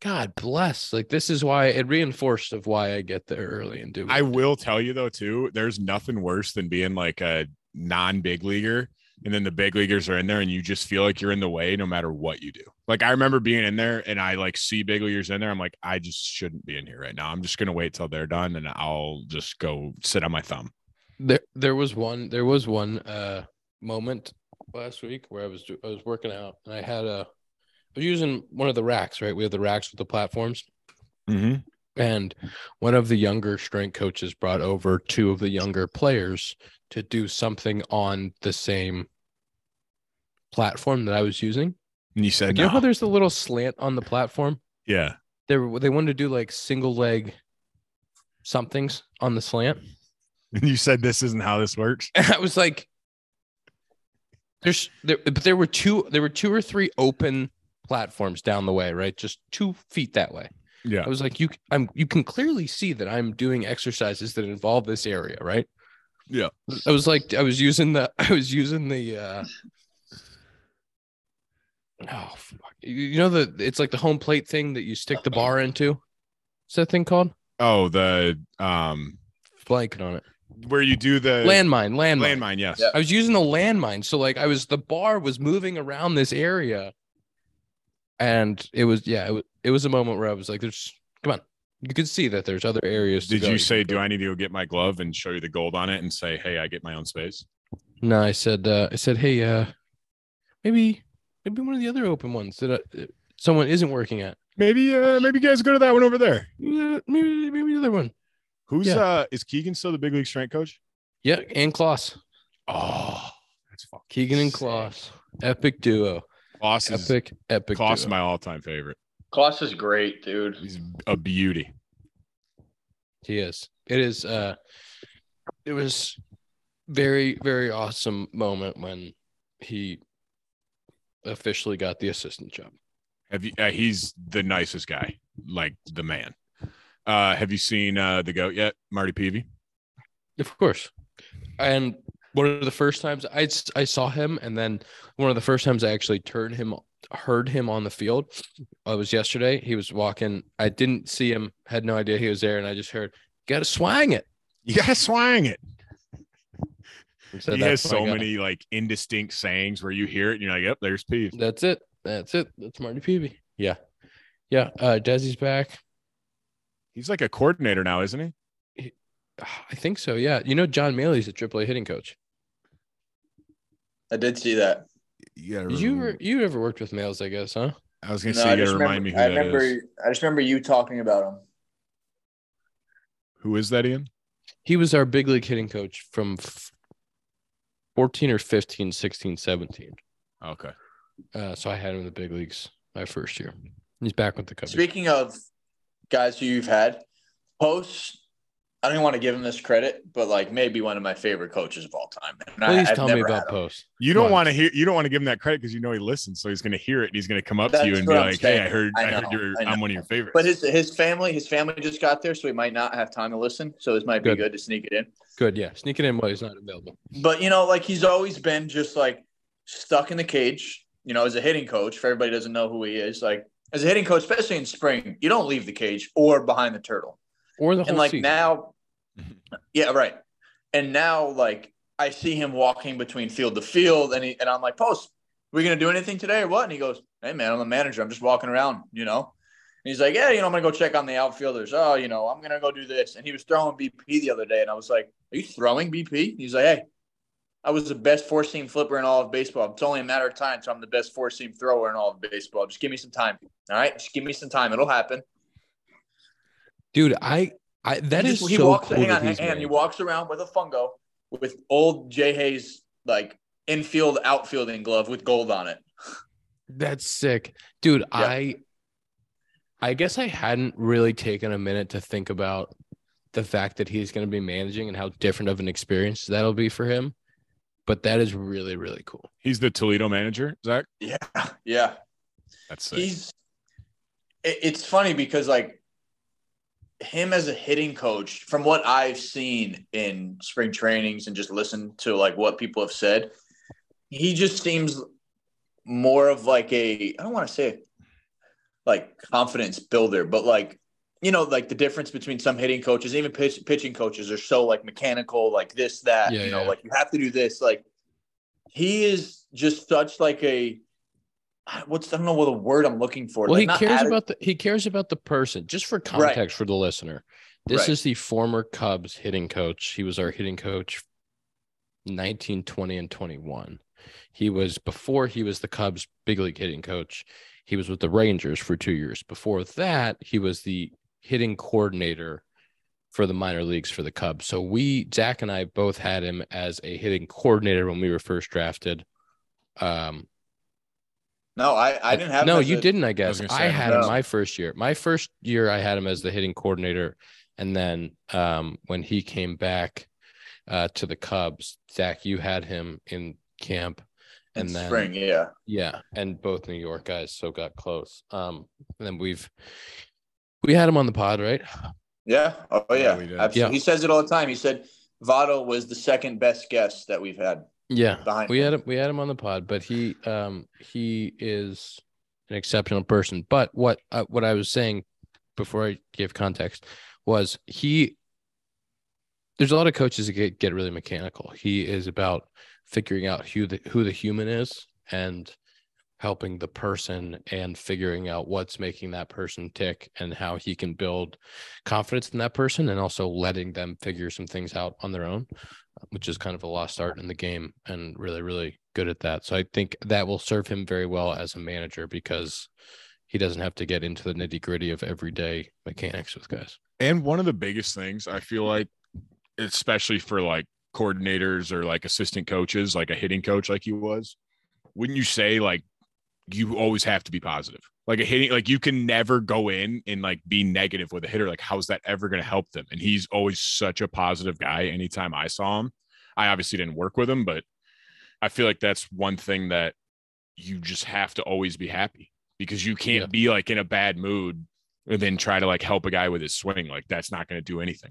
Speaker 1: god bless like this is why it reinforced of why i get there early and do
Speaker 3: I will tell you though too, there's nothing worse than being like a non big leaguer and then the big leaguers are in there and you just feel like you're in the way no matter what you do. Like I remember being in there and I like see big leaguers in there. I'm like, I just shouldn't be in here right now. I'm just gonna wait till they're done and I'll just go sit on my thumb.
Speaker 1: there there was one there was one uh moment last week where i was do- i was working out and i had a i was using one of the racks right we have the racks with the platforms
Speaker 3: Mm-hmm.
Speaker 1: And one of the younger strength coaches brought over two of the younger players to do something on the same platform that I was using.
Speaker 3: And you said
Speaker 1: You know how
Speaker 3: "No."
Speaker 1: there's the little slant on the platform?
Speaker 3: yeah.
Speaker 1: They were, they wanted to do like single leg somethings on the slant.
Speaker 3: And you said this isn't how this works.
Speaker 1: And I was like, there's there, but there were two there were two or three open platforms down the way, right? Just two feet that way.
Speaker 3: Yeah.
Speaker 1: I was like, you, c- I'm, you can clearly see that I'm doing exercises that involve this area, right?
Speaker 3: Yeah.
Speaker 1: I was like, I was using the, I was using the, uh, oh, fuck. You- you know the, it's like the home plate thing that you stick the bar into. What's that thing called?
Speaker 3: Oh, the um
Speaker 1: Blanking on it.
Speaker 3: where you do the
Speaker 1: Landmine, landmine.
Speaker 3: Uh, landmine, yes.
Speaker 2: Yeah.
Speaker 1: I was using the landmine, so like I was, the bar was moving around this area, and it was, yeah, it was, it was a moment where I was like, there's, come on. You could see that there's other areas. to
Speaker 3: Did
Speaker 1: go.
Speaker 3: you
Speaker 1: can
Speaker 3: say,
Speaker 1: go
Speaker 3: do I need to go get my glove and show you the gold on it and say, hey, I get my own space?
Speaker 1: No, I said, uh, I said, hey, uh, maybe, maybe one of the other open ones that uh, someone isn't working at.
Speaker 3: Maybe, uh, maybe you guys go to that one over there.
Speaker 1: Yeah, Maybe, maybe the other one.
Speaker 3: Who's
Speaker 1: Yeah.
Speaker 3: uh is Keegan still the big league strength coach?
Speaker 1: Yeah, and Kloss,
Speaker 3: Oh, that's fucking
Speaker 1: Keegan and
Speaker 3: sick.
Speaker 1: Kloss, epic duo,
Speaker 3: Kloss is
Speaker 1: epic, epic.
Speaker 3: Kloss is
Speaker 1: duo.
Speaker 3: my all-time favorite.
Speaker 2: Kloss is great, dude.
Speaker 3: He's a beauty.
Speaker 1: He is. It is. Uh, it was very, very awesome moment when he officially got the assistant job.
Speaker 3: Have you? Uh, he's the nicest guy, like the man. Uh, have you seen uh the goat yet, Marty Peavy?
Speaker 1: Of course. And one of the first times I, s- I saw him, and then one of the first times I actually turned him heard him on the field uh, was yesterday. He was walking. I didn't see him, had no idea he was there, and I just heard Got to swang it.
Speaker 3: You gotta swang it.
Speaker 1: And so
Speaker 3: he has
Speaker 1: that's my
Speaker 3: so
Speaker 1: guy.
Speaker 3: many like indistinct sayings where you hear it and you're like, "Yep, there's Peeves."
Speaker 1: That's it. That's it. That's Marty Peavy. Yeah. Yeah. Uh, Desi's back.
Speaker 3: He's like a coordinator now, isn't he?
Speaker 1: I think so. Yeah. You know, John Maley's a AAA hitting coach.
Speaker 2: I did see that.
Speaker 3: Yeah.
Speaker 1: Did you ever, you ever worked with Males, I guess, huh?
Speaker 3: I was gonna
Speaker 2: No,
Speaker 3: say,
Speaker 2: I
Speaker 3: you
Speaker 2: just
Speaker 3: gotta remind me who
Speaker 2: I
Speaker 3: that is.
Speaker 2: remember. I just remember you talking about him.
Speaker 3: Who is that, Ian?
Speaker 1: He was our big league hitting coach from f- 14 or 15, 16, 17.
Speaker 3: Okay.
Speaker 1: Uh, so I had him in the big leagues my first year. He's back with the Cubs.
Speaker 2: Speaking of guys who you've had, post, I don't even want to give him this credit, but like maybe one of my favorite coaches of all time. And I-
Speaker 1: Please
Speaker 2: I've
Speaker 1: tell me
Speaker 2: never had
Speaker 1: about
Speaker 2: him.
Speaker 1: Post.
Speaker 3: You don't
Speaker 1: Right.
Speaker 3: want to hear. You don't want to give him that credit because you know he listens, so he's going to hear it and he's going to come up to you
Speaker 2: That's
Speaker 3: and be
Speaker 2: what I'm
Speaker 3: like, "Hey, I
Speaker 2: saying.
Speaker 3: heard, I,
Speaker 2: I
Speaker 3: heard
Speaker 2: know,
Speaker 3: you're,
Speaker 2: I
Speaker 3: I'm
Speaker 2: know.
Speaker 3: one of your favorites."
Speaker 2: But his his family, his family just got there, so he might not have time to listen. So this might be
Speaker 1: Good.
Speaker 2: good to sneak it in.
Speaker 1: Good. Yeah. Sneak it in while he's not available.
Speaker 2: But you know, like he's always been just like stuck in the cage. You know, as a hitting coach, for everybody who doesn't know who he is, like as a hitting coach, especially in spring, you don't leave the cage or behind the turtle.
Speaker 1: Or the whole
Speaker 2: and like
Speaker 1: season.
Speaker 2: now yeah right and now like i see him walking between field to field and he, and i'm like post we gonna do anything today or what and he goes hey man i'm the manager i'm just walking around you know and he's like yeah you know i'm gonna go check on the outfielders oh you know i'm gonna go do this and he was throwing bp the other day and i was like are you throwing bp he's like hey I was the best four seam flipper in all of baseball. It's only a matter of time. So I'm the best four seam thrower in all of baseball. Just give me some time. All right. Just give me some time. It'll happen.
Speaker 1: dude, I, I, that
Speaker 2: he
Speaker 1: is
Speaker 2: just- he
Speaker 1: so
Speaker 2: walks,
Speaker 1: cool.
Speaker 2: Hang
Speaker 1: that
Speaker 2: on, hang
Speaker 1: he's
Speaker 2: on. He
Speaker 1: married.
Speaker 2: walks around with a fungo with old Jay Hayes like infield outfielding glove with gold on it.
Speaker 1: That's sick. Dude, I I guess I hadn't really taken a minute to think about the fact that he's going to be managing and how different of an experience that'll be for him. But that is really really cool.
Speaker 3: he's the Toledo manager, Zach.
Speaker 2: Yeah, yeah.
Speaker 3: That's sick.
Speaker 2: He's. it- it's funny because like him as a hitting coach, from what I've seen in spring trainings and just listened to like what people have said, he just seems more of like a I don't want to say like confidence builder, but like you know, like the difference between some hitting coaches, even pitch, pitching coaches, are so like mechanical, like this, that.
Speaker 1: Yeah,
Speaker 2: you know,
Speaker 1: yeah.
Speaker 2: like you have to do this. Like he is just such like a what's I don't know what the word I'm looking for.
Speaker 1: Well,
Speaker 2: like,
Speaker 1: he
Speaker 2: not
Speaker 1: cares
Speaker 2: atti-
Speaker 1: about the he cares about the person. Just for context for the listener, this
Speaker 2: Right.
Speaker 1: is the former Cubs hitting coach. He was our hitting coach 19, 20, and 21. He was before he was the Cubs big league hitting coach. He was with the Rangers for two years. Before that, he was the hitting coordinator for the minor leagues for the Cubs. So we, Zach and I both had him as a hitting coordinator when we were first drafted. Um,
Speaker 2: No, I, I didn't have. him
Speaker 1: no,
Speaker 2: as
Speaker 1: you
Speaker 2: a-
Speaker 1: didn't. I
Speaker 3: I was
Speaker 1: guess
Speaker 3: gonna say,
Speaker 1: I,
Speaker 3: I don't
Speaker 1: had him
Speaker 2: know.
Speaker 1: my first year. My first year, I had him as the hitting coordinator, and then um, when he came back uh, to the Cubs, Zach, you had him in camp, and
Speaker 2: in
Speaker 1: then
Speaker 2: spring, yeah.
Speaker 1: yeah, and both New York guys so got close. Um, and then we've we had him on the pod, right?
Speaker 2: Yeah. Oh
Speaker 3: Yeah,
Speaker 2: yeah.
Speaker 3: we did.
Speaker 2: Absolutely.
Speaker 1: Yeah.
Speaker 2: He says it all the time. He said Votto was the second best guest that we've had
Speaker 1: Oh, Yeah,
Speaker 2: behind.
Speaker 1: we
Speaker 2: him.
Speaker 1: had him we had him on the pod but he um he is an exceptional person but what uh, what i was saying before i gave context was he there's a lot of coaches that get, get really mechanical he is about figuring out who the who the human is and helping the person and figuring out what's making that person tick and how he can build confidence in that person and also letting them figure some things out on their own which is kind of a lost art in the game and really really good at that so i think that will serve him very well as a manager because he doesn't have to get into the nitty gritty of everyday mechanics with guys
Speaker 3: And one of the biggest things I feel like, especially for like coordinators or like assistant coaches, like a hitting coach like you was, wouldn't you say like you always have to be positive? Like a hitting, like you can never go in and like be negative with a hitter. Like, how's that ever going to help them? And he's always such a positive guy. Anytime I saw him, I obviously didn't work with him, but I feel like that's one thing that you just have to always be happy because you can't
Speaker 1: Yeah.
Speaker 3: be like in a bad mood and then try to like help a guy with his swing. Like that's not going to do anything.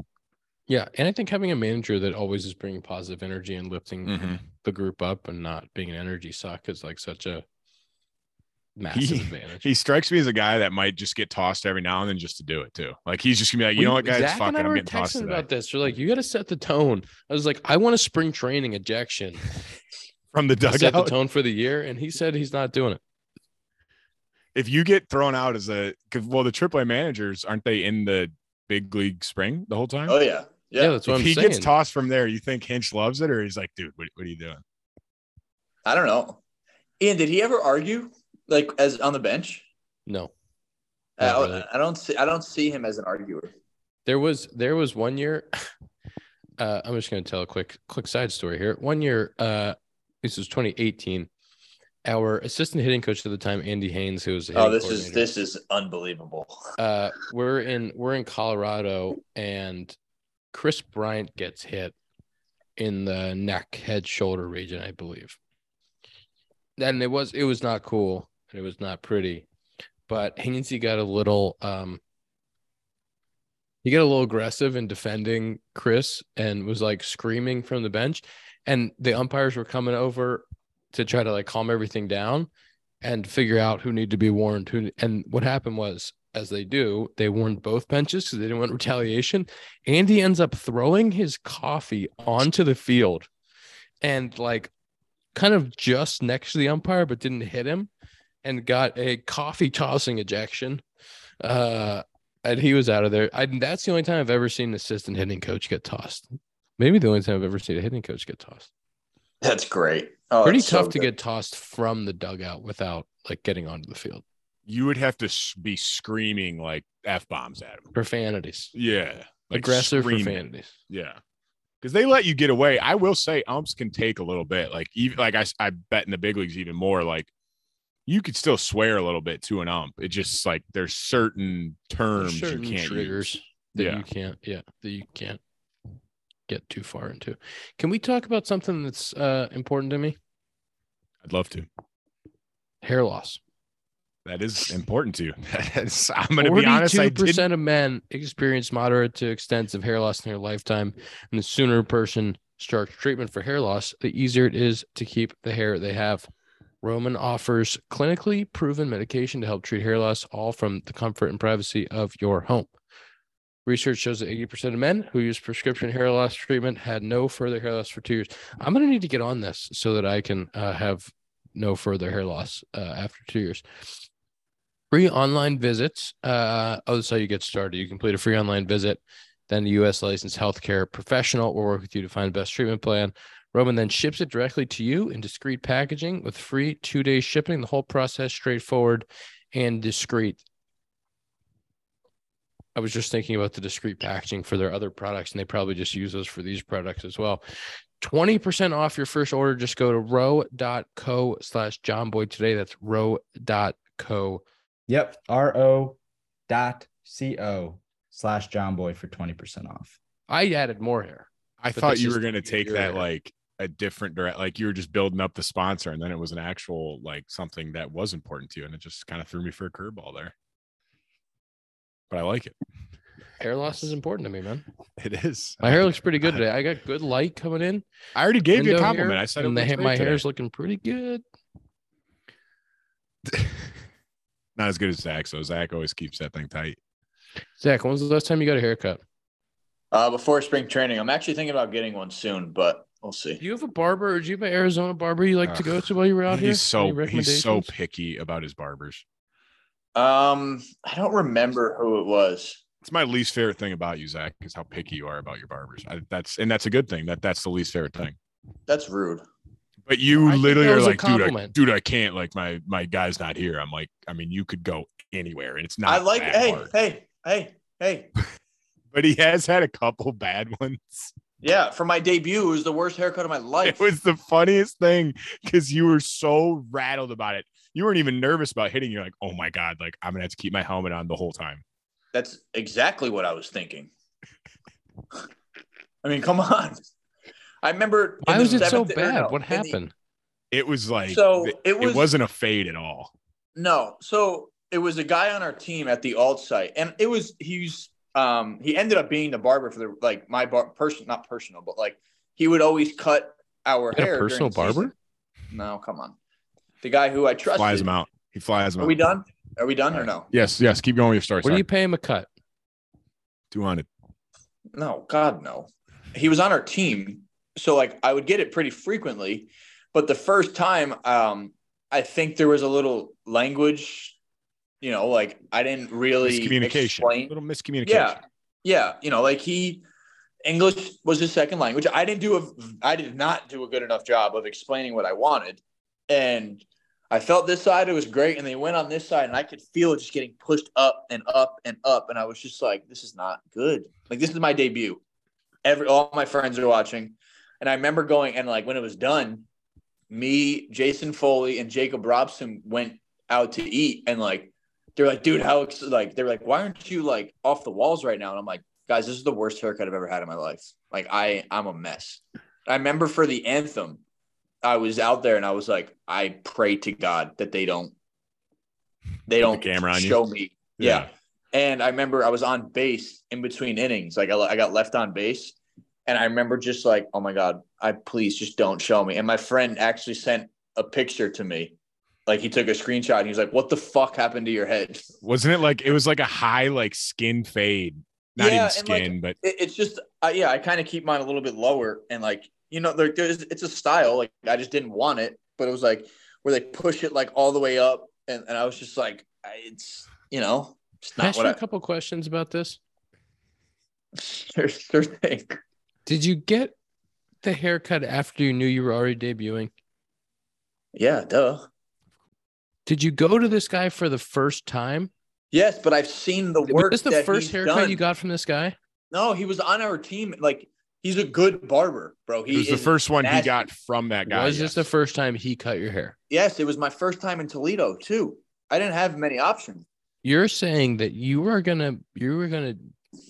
Speaker 1: yeah and i think having a manager that always is bringing positive energy
Speaker 3: Mm-hmm.
Speaker 1: Mm-hmm. and lifting the group up and not being an energy suck is like such a massive
Speaker 3: He-
Speaker 1: advantage.
Speaker 3: He strikes me as a guy that might just get tossed every now and then just to do it too. Like he's just gonna be like, you know what, guys,
Speaker 1: Zach
Speaker 3: fuck
Speaker 1: and
Speaker 3: it,
Speaker 1: I
Speaker 3: I'm
Speaker 1: were
Speaker 3: getting tossed
Speaker 1: texting
Speaker 3: today.
Speaker 1: about this. We're like, you got to set the tone. I was like, I want a spring training ejection.
Speaker 3: from the
Speaker 1: to set the
Speaker 3: dugout.
Speaker 1: tone for the year, and he said he's not doing it.
Speaker 3: if you get thrown out as a 'cause- well, the AAA managers aren't they in the big league spring the whole time?
Speaker 2: Oh yeah, yeah.
Speaker 1: Yeah, that's what
Speaker 3: if
Speaker 1: I'm
Speaker 3: he
Speaker 1: saying.
Speaker 3: gets tossed from there, you think Hinch loves it, or he's like, dude, what, what are you doing?
Speaker 2: I don't know. Ian, did he ever argue like as on the bench?
Speaker 1: no,
Speaker 2: I-
Speaker 1: Not really.
Speaker 2: I, I don't see. I don't see him as an arguer.
Speaker 1: there was there was one year. Uh, I'm just going to tell a quick quick side story here. One year, uh, this was 2018. Our assistant hitting coach at the time, Andy Haynes, who was the
Speaker 2: Oh,
Speaker 1: hitting
Speaker 2: this is
Speaker 1: coordinator,
Speaker 2: this is unbelievable.
Speaker 1: uh, we're in we're in Colorado, and Chris Bryant gets hit in the neck, head, shoulder region, I believe. And it was it was not cool, and it was not pretty, but Hainsey got a little um, he got a little aggressive in defending Chris, and was like screaming from the bench, and the umpires were coming over to try to like calm everything down and figure out who need to be warned who and what happened was as they do they warned both benches because they didn't want retaliation andy ends up throwing his coffee onto the field and like kind of just next to the umpire but didn't hit him and got a coffee tossing ejection uh and he was out of there I, that's the only time i've ever seen an assistant hitting coach get tossed maybe the only time i've ever seen a hitting coach get tossed
Speaker 2: That's great. Oh,
Speaker 1: pretty
Speaker 2: that's so
Speaker 1: tough to
Speaker 2: good.
Speaker 1: get tossed from the dugout without like getting onto the field.
Speaker 3: You would have to s- be screaming like f bombs at him.
Speaker 1: Profanities,
Speaker 3: Yeah, like
Speaker 1: aggressive
Speaker 3: screaming.
Speaker 1: profanities.
Speaker 3: Yeah. Because they let you get away. I will say umps can take a little bit. Like even like I, s- I bet in the big leagues even more. Like you could still swear a little bit to an ump. It just like there's certain terms
Speaker 1: Certain
Speaker 3: you can't
Speaker 1: triggers
Speaker 3: use.
Speaker 1: that
Speaker 3: Yeah.
Speaker 1: you can't. Yeah, that you can't get too far into. Can we talk about something that's uh, important to me?
Speaker 3: I'd love to.
Speaker 1: Hair loss.
Speaker 3: That is important to you. That is, I'm going to be honest. I did.
Speaker 1: percent of men experience moderate to extensive hair loss in their lifetime, and the sooner a person starts treatment for hair loss, the easier it is to keep the hair they have. Roman offers clinically proven medication to help treat hair loss, all from the comfort and privacy of your home. Research shows that 80% of men who use prescription hair loss treatment had no further hair loss for two years. I'm going to need to get on this so that I can uh, have no further hair loss uh, after two years. Free online visits. Uh, oh, that's how you get started. You complete a free online visit. Then the U.S. licensed healthcare professional will work with you to find the best treatment plan. Roman then ships it directly to you in discreet packaging with free two day shipping. The whole process straightforward and discreet. I was just thinking about the discreet packaging for their other products, and they probably just use those for these products as well. 20% off your first order. Just go to row.co slash John Boy today. That's row.co.
Speaker 4: Yep. R O dot C O slash John Boy for 20% off.
Speaker 1: I added more hair.
Speaker 3: I
Speaker 1: but
Speaker 3: thought
Speaker 1: this
Speaker 3: you
Speaker 1: is
Speaker 3: were going to
Speaker 1: the
Speaker 3: take
Speaker 1: year
Speaker 3: that
Speaker 1: ahead.
Speaker 3: like a different direct. Like you were just building up the sponsor, and then it was an actual like something that was important to you, and it just kind of threw me for a curveball there. But I like it.
Speaker 1: Hair loss is important to me, man.
Speaker 3: It is.
Speaker 1: My hair looks pretty good today. I got good light coming in.
Speaker 3: I already gave you a
Speaker 1: window
Speaker 3: compliment.
Speaker 1: here,
Speaker 3: I said it
Speaker 1: and the
Speaker 3: looks
Speaker 1: hair-
Speaker 3: great
Speaker 1: my
Speaker 3: today.
Speaker 1: hair's looking pretty good.
Speaker 3: not as good as Zach. So Zach always keeps that thing tight.
Speaker 1: Zach, when's the last time you got a haircut?
Speaker 2: uh, before spring training. I'm actually thinking about getting one soon, but we'll
Speaker 1: Do
Speaker 2: see.
Speaker 1: you have a barber or do you have an Arizona barber you like to
Speaker 3: Ugh.
Speaker 1: go to while you were out here?
Speaker 3: He's so
Speaker 1: Any
Speaker 3: he's so
Speaker 1: recommendations?
Speaker 3: picky about his barbers.
Speaker 2: Um, I don't remember who it was.
Speaker 3: It's my least favorite thing about you, Zach, is how picky you are about your barbers. I, that's and that's a good thing. That that's the least favorite thing.
Speaker 2: That's rude.
Speaker 3: But you
Speaker 1: I think
Speaker 3: literally
Speaker 1: that
Speaker 3: are
Speaker 1: was a
Speaker 3: like, dude, I,
Speaker 1: compliment.
Speaker 3: dude, I can't. Like my my guy's not here. I'm like, I mean, you could go anywhere, and it's not.
Speaker 2: I like.
Speaker 3: that
Speaker 2: Hey,
Speaker 3: hard.
Speaker 2: hey, hey, hey.
Speaker 3: but he has had a couple bad ones.
Speaker 2: Yeah, for my debut, it was the worst haircut of my
Speaker 3: It
Speaker 2: life.
Speaker 3: was the funniest thing because you were so rattled about it. You weren't even nervous about hitting. You're like, oh my god, like I'm gonna have to keep my helmet on the whole time.
Speaker 2: That's exactly what I was thinking. I mean, come on. I remember. in
Speaker 1: Why
Speaker 2: the
Speaker 1: was it so
Speaker 2: seventh- or no,
Speaker 1: bad? What
Speaker 2: in the-
Speaker 1: happened?
Speaker 3: It was like
Speaker 2: So,
Speaker 3: th-
Speaker 2: it was-
Speaker 3: it wasn't a fade at all.
Speaker 2: No. So it was a guy on our team at the alt site, and it was he's um he ended up being the barber for the like my bar person not personal, but like he would always cut our
Speaker 1: You had
Speaker 2: hair.
Speaker 1: a
Speaker 2: during
Speaker 1: personal
Speaker 2: the season.
Speaker 1: barber?
Speaker 2: No, come on. The guy who I trusted
Speaker 3: Flies him out. He flies him
Speaker 2: Are
Speaker 3: out.
Speaker 2: we done? Are we done or no?
Speaker 3: Yes, yes. Keep going with your story.
Speaker 1: What do you pay him a cut?
Speaker 3: 200.
Speaker 2: No, God, no. He was on our team. So, like, I would get it pretty frequently. But the first time, um, I think there was a little language, you know, like I didn't really
Speaker 3: Miscommunication.
Speaker 2: explain.
Speaker 3: Little miscommunication.
Speaker 2: Yeah. Yeah. You know, like he, English was his second language. I didn't do a, I did not do a good enough job of explaining what I wanted. And I felt this side, it was great. And they went on this side and I could feel it just getting pushed up and up and up. And I was just like, this is not good. Like, this is my debut. Every, all my friends are watching. And I remember going and like when it was done, me, Jason Foley, and Jacob Robson went out to eat and like they're like, dude, how ex-? like they're like, why aren't you like off the walls right now? And I'm like, guys, this is the worst haircut I've ever had in my life. Like I I'm a mess. I remember for the anthem, I was out there and I was like, I pray to God that they don't they don't
Speaker 3: Put the camera on you.
Speaker 2: show me. yeah. And I remember I was on base in between innings. Like I, I got left on base. And I remember just like, oh my God, I please just don't show me. And my friend actually sent a picture to me. Like he took a screenshot and he was like, what the fuck happened to your head?
Speaker 3: Wasn't it like it was like a high like skin fade? Not
Speaker 2: Yeah,
Speaker 3: even
Speaker 2: and, like,
Speaker 3: skin, but
Speaker 2: It, it's just, I, yeah, I kind of keep mine a little bit lower. And like, you know, there, there's, it's a style. Like I just didn't want it, but it was like where they push it like all the way up. And, and I was just like, I- it's, you know, it's
Speaker 1: Can I
Speaker 2: not
Speaker 1: ask you
Speaker 2: what
Speaker 1: a
Speaker 2: I,
Speaker 1: couple questions about this?
Speaker 2: sure, sure thing.
Speaker 1: Did you get the haircut after you knew you were already debuting?
Speaker 2: Yeah, duh.
Speaker 1: Did you go to this guy for the first time?
Speaker 2: Yes, but I've seen the
Speaker 1: Was
Speaker 2: work.
Speaker 1: this the
Speaker 2: that
Speaker 1: first
Speaker 2: he's
Speaker 1: haircut
Speaker 2: done.
Speaker 1: you got from this guy?
Speaker 2: No, he was on our team. Like he's a good barber, bro.
Speaker 3: it
Speaker 2: He
Speaker 3: was the
Speaker 2: is-
Speaker 3: first one he
Speaker 2: nasty.
Speaker 3: got from that guy.
Speaker 1: was this
Speaker 3: yes.
Speaker 1: the first time he cut your hair?
Speaker 2: Yes, it was my first time in Toledo too. I didn't have many options.
Speaker 1: You're saying that you were gonna you were gonna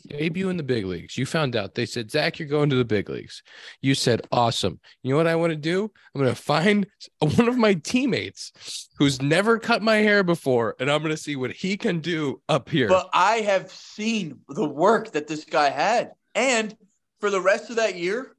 Speaker 1: debut in the big leagues. You found out they said, Zach, you're going to the big leagues. You said, Awesome. You know what I want to do? I'm gonna find one of my teammates who's never cut my hair before, and I'm gonna see what he can do up here.
Speaker 2: But I have seen the work that this guy had, and for the rest of that year,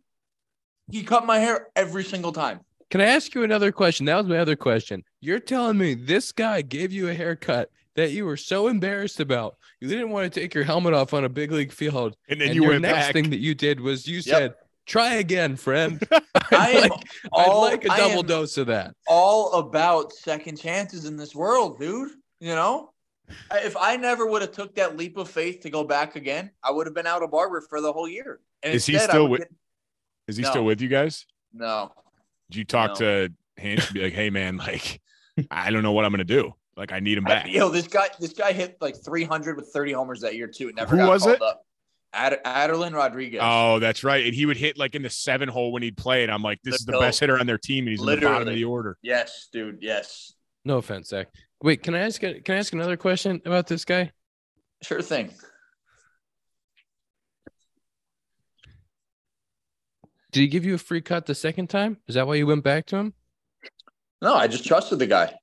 Speaker 2: he cut my hair every single time.
Speaker 1: Can I ask you another question? That was my other question. You're telling me this guy gave you a haircut that you were so embarrassed about. You didn't want to take your helmet off on a big league field. And,
Speaker 3: and then you
Speaker 1: your
Speaker 3: went
Speaker 1: next
Speaker 3: back.
Speaker 1: thing that you did was you said, try again, friend. I'd,
Speaker 2: I am
Speaker 1: like,
Speaker 2: all,
Speaker 1: I'd like a
Speaker 2: Oh, I
Speaker 1: double
Speaker 2: am
Speaker 1: dose of that.
Speaker 2: all about second chances in this world, dude. You know, I- if I never would have took that leap of faith to go back again, I would have been out of barber for the whole year. And
Speaker 3: Is he
Speaker 2: instead, I
Speaker 3: still
Speaker 2: would
Speaker 3: with-
Speaker 2: get-
Speaker 3: Is he
Speaker 2: No.
Speaker 3: still with you guys?
Speaker 2: No,
Speaker 3: Did you talk to Hinch and be like, hey man, like I don't know what I'm gonna do. Like I need him
Speaker 2: I,
Speaker 3: back.
Speaker 2: yo, this guy, this guy hit like 300 with 30 homers that year too. It never
Speaker 3: Who
Speaker 2: got
Speaker 3: was
Speaker 2: called
Speaker 3: it?
Speaker 2: up. Ad- Adelin Rodriguez.
Speaker 3: Oh, that's right. And he would hit like in the seven hole when he'd play. And I'm like, this
Speaker 2: The
Speaker 3: is the
Speaker 2: goat.
Speaker 3: best hitter on their team. And he's in the bottom of
Speaker 2: Literally.
Speaker 3: the order.
Speaker 2: Yes, dude. Yes,
Speaker 1: No offense, Zach. Wait, can I ask a- can I ask another question about this guy?
Speaker 2: sure thing.
Speaker 1: Did he give you a free cut the second time? Is that why you went back to him?
Speaker 2: No, I just trusted the guy.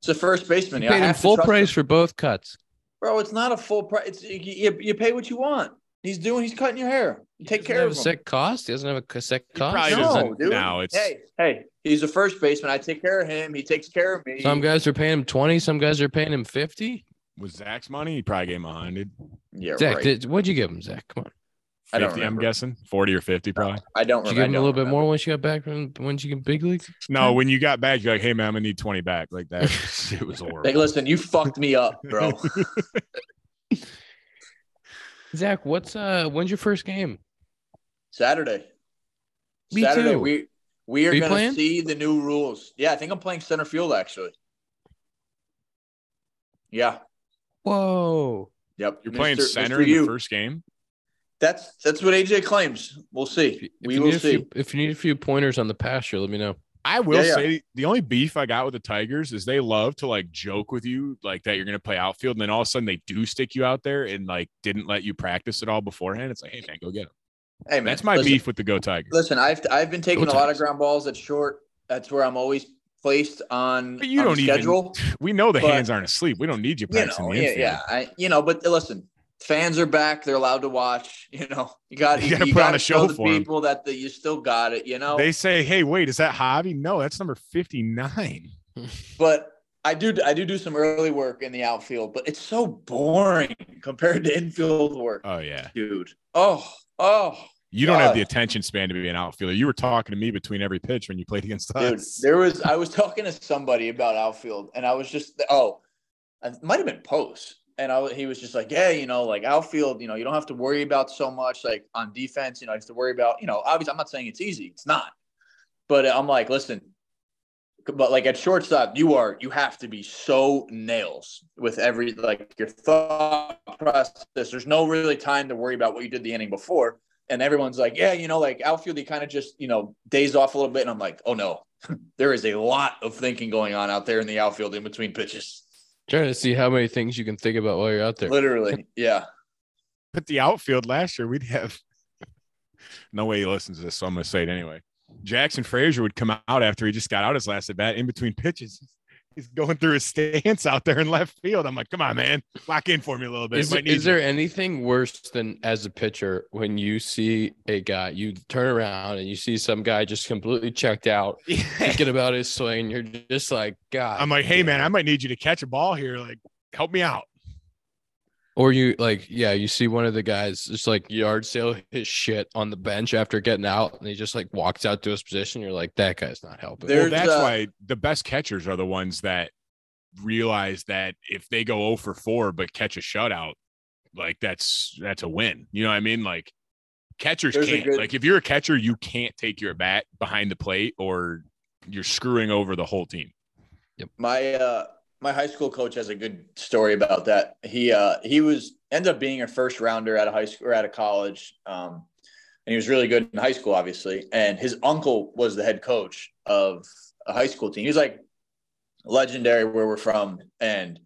Speaker 2: It's a first baseman.
Speaker 1: You
Speaker 2: Yeah, I
Speaker 1: paid him
Speaker 2: have to
Speaker 1: full
Speaker 2: trust
Speaker 1: price
Speaker 2: him.
Speaker 1: for both cuts.
Speaker 2: bro. It's not a full price. It's you, you, you pay what you want. He's doing. He's cutting your hair.
Speaker 1: He
Speaker 2: Take
Speaker 1: doesn't
Speaker 2: care
Speaker 1: have
Speaker 2: of
Speaker 1: a
Speaker 2: him.
Speaker 1: sec cost. He doesn't have a sec cost.
Speaker 3: probably
Speaker 2: no,
Speaker 3: doesn't
Speaker 2: dude.
Speaker 3: now. It's-
Speaker 2: hey, hey, he's a first baseman. I take care of him. He takes care of me.
Speaker 1: Some guys are paying him 20, some guys are paying him 50.
Speaker 3: Was Zach's money? He probably gave him a hundred.
Speaker 2: yeah,
Speaker 1: Zach,
Speaker 2: right.
Speaker 1: did, what'd you give him, Zach? Come on.
Speaker 2: I don't
Speaker 3: Fifty, I'm
Speaker 2: remember.
Speaker 3: guessing. Forty or fifty probably.
Speaker 2: I don't
Speaker 1: Did you
Speaker 2: remember.
Speaker 1: give him a little bit more once you got back from once you get big league?
Speaker 3: No, when you got back, you're like, hey man, I'm gonna need 20 back. Like that. it was
Speaker 2: Like,
Speaker 3: horrible.
Speaker 2: listen, you fucked me up, bro.
Speaker 1: Zach, what's uh when's your first game?
Speaker 2: Saturday.
Speaker 1: Me
Speaker 2: Saturday,
Speaker 1: too.
Speaker 2: we we are,
Speaker 1: Are you
Speaker 2: gonna
Speaker 1: playing?
Speaker 2: see the new rules. Yeah, I think I'm playing center field actually. Yeah.
Speaker 1: Whoa.
Speaker 2: Yep.
Speaker 3: You're playing
Speaker 2: Mr.
Speaker 3: center
Speaker 2: Mr.
Speaker 3: in the
Speaker 2: U.
Speaker 3: first game.
Speaker 2: That's that's what AJ claims. We'll
Speaker 1: If
Speaker 2: see.
Speaker 1: you, if
Speaker 2: We
Speaker 1: you
Speaker 2: will
Speaker 1: need a
Speaker 2: see.
Speaker 1: few, if you need a few pointers on the pasture, let me know.
Speaker 3: I will
Speaker 2: Yeah, yeah.
Speaker 3: say the only beef I got with the Tigers is they love to like joke with you like that you're gonna play outfield, and then all of a sudden they do stick you out there and like didn't let you practice at all beforehand. It's like, hey man, go get him.
Speaker 2: hey man,
Speaker 3: That's my
Speaker 2: listen,
Speaker 3: beef with the Go Tigers.
Speaker 2: Listen, I've I've been taking
Speaker 1: Go
Speaker 2: a lot
Speaker 1: Tigers.
Speaker 2: of ground balls at short. That's where I'm always placed on,
Speaker 3: But you
Speaker 2: on
Speaker 3: don't
Speaker 2: the
Speaker 3: even-
Speaker 2: schedule.
Speaker 3: We know the
Speaker 2: But-
Speaker 3: hands aren't asleep. We don't need you
Speaker 2: you
Speaker 3: practicing
Speaker 2: know,
Speaker 3: the
Speaker 2: yeah,
Speaker 3: infield.
Speaker 2: yeah. I, you know, but listen, fans are back. They're allowed to watch. You know, you got
Speaker 3: You gotta put on a show
Speaker 2: the
Speaker 3: for 'em.
Speaker 2: people that the, you still got it. You know,
Speaker 3: They say, hey, wait, is that Javi? No, that's number 59.
Speaker 2: but I do I do do some early work in the outfield, but it's so boring compared to infield work,
Speaker 3: Oh yeah.
Speaker 2: dude. Oh, oh,
Speaker 3: You don't have
Speaker 2: God.
Speaker 3: the attention span to be an outfielder. You were talking to me between every pitch when you played against
Speaker 2: dude.
Speaker 3: us.
Speaker 2: There was I was talking to somebody about outfield, and I was just oh, it might have been Post, and I, he was just like, yeah, you know, like outfield, you know, you don't have to worry about so much like on defense. You know, you have to worry about you know. Obviously, I'm not saying it's easy. It's not, but I'm like, listen. But like at shortstop, you are you have to be so nails with every like your thought process. There's no really time to worry about what you did the inning before. and everyone's like, yeah, you know, like outfield, he kind of just, you know, days off a little bit. And I'm like, oh no, there is a lot of thinking going on out there in the outfield in between pitches.
Speaker 1: Trying to see how many things you can think about while you're out there.
Speaker 2: Literally. Yeah.
Speaker 3: But the outfield last year, we'd have no way he listens to this, so I'm gonna say it anyway. Jackson Frazier would come out after he just got out his last at bat in between pitches. He's going through his stance out there in left field. I'm like, come on, man, lock in for me a little bit.
Speaker 1: Is,
Speaker 3: Might need
Speaker 1: is there anything worse than as a pitcher when you see a guy, you turn around and you see some guy just completely checked out,
Speaker 3: you."
Speaker 1: thinking about his swing? You're just like, God.
Speaker 3: I'm like, hey
Speaker 1: damn."
Speaker 3: man, I might need you to catch a ball here. Like, help me out.
Speaker 1: Or you like, yeah, you see one of the guys just like yard sale his shit on the bench after getting out, and he just like walks out to his position. You're like, that guy's not helping.
Speaker 2: There-
Speaker 3: Well,
Speaker 2: There's,
Speaker 3: that's
Speaker 2: uh,
Speaker 3: why the best catchers are the ones that realize that if they go 0 for 4 but catch a shutout, like that's that's a win. You know what I mean? Like catchers
Speaker 2: There's a
Speaker 3: can't.
Speaker 2: good-
Speaker 3: like if you're a catcher, you can't take your bat behind the plate or you're screwing over the whole team.
Speaker 2: My, uh, my high school coach has a good story about that. He, uh, he was ended up being a first rounder out of high school or out of college. Um, and he was really good in high school, obviously. And his uncle was the head coach of a high school team. He's like legendary where we're from. And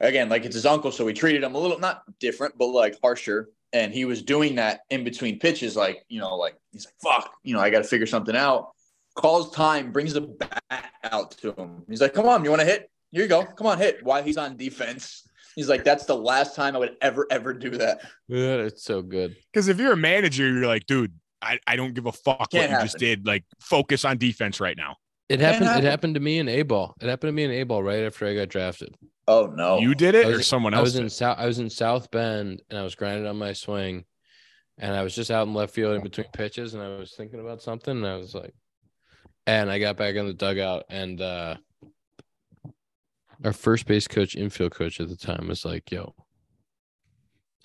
Speaker 2: again, like it's his uncle, so we treated him a little not different, but like harsher. And he was doing that in between pitches, like, you know, like he's like, fuck, you know, I gotta figure something out. Calls time, brings the bat out to him. He's like, Come on, you wanna hit? Here you go. Come on, hit. While he's on defense. He's like, That's the last time I would ever, ever do that.
Speaker 1: Yeah, it's so good.
Speaker 3: Because if you're a manager, you're like, dude, I, I don't give a fuck what
Speaker 2: Can't
Speaker 3: you just
Speaker 2: happen.
Speaker 3: did. Like focus on defense right now.
Speaker 1: It happened.
Speaker 2: happen.
Speaker 1: It happened to me in A ball. It happened to me in A ball right after I got drafted.
Speaker 2: Oh no.
Speaker 3: you did
Speaker 1: I
Speaker 3: it
Speaker 1: was-
Speaker 3: or someone
Speaker 1: I
Speaker 3: else.
Speaker 1: was in
Speaker 3: did?
Speaker 1: South. I was in South Bend, and I was grinding on my swing, and I was just out in left field in between pitches, and I was thinking about something, and I was like, and I got back in the dugout, and uh our first base coach, infield coach at the time, was like, "Yo,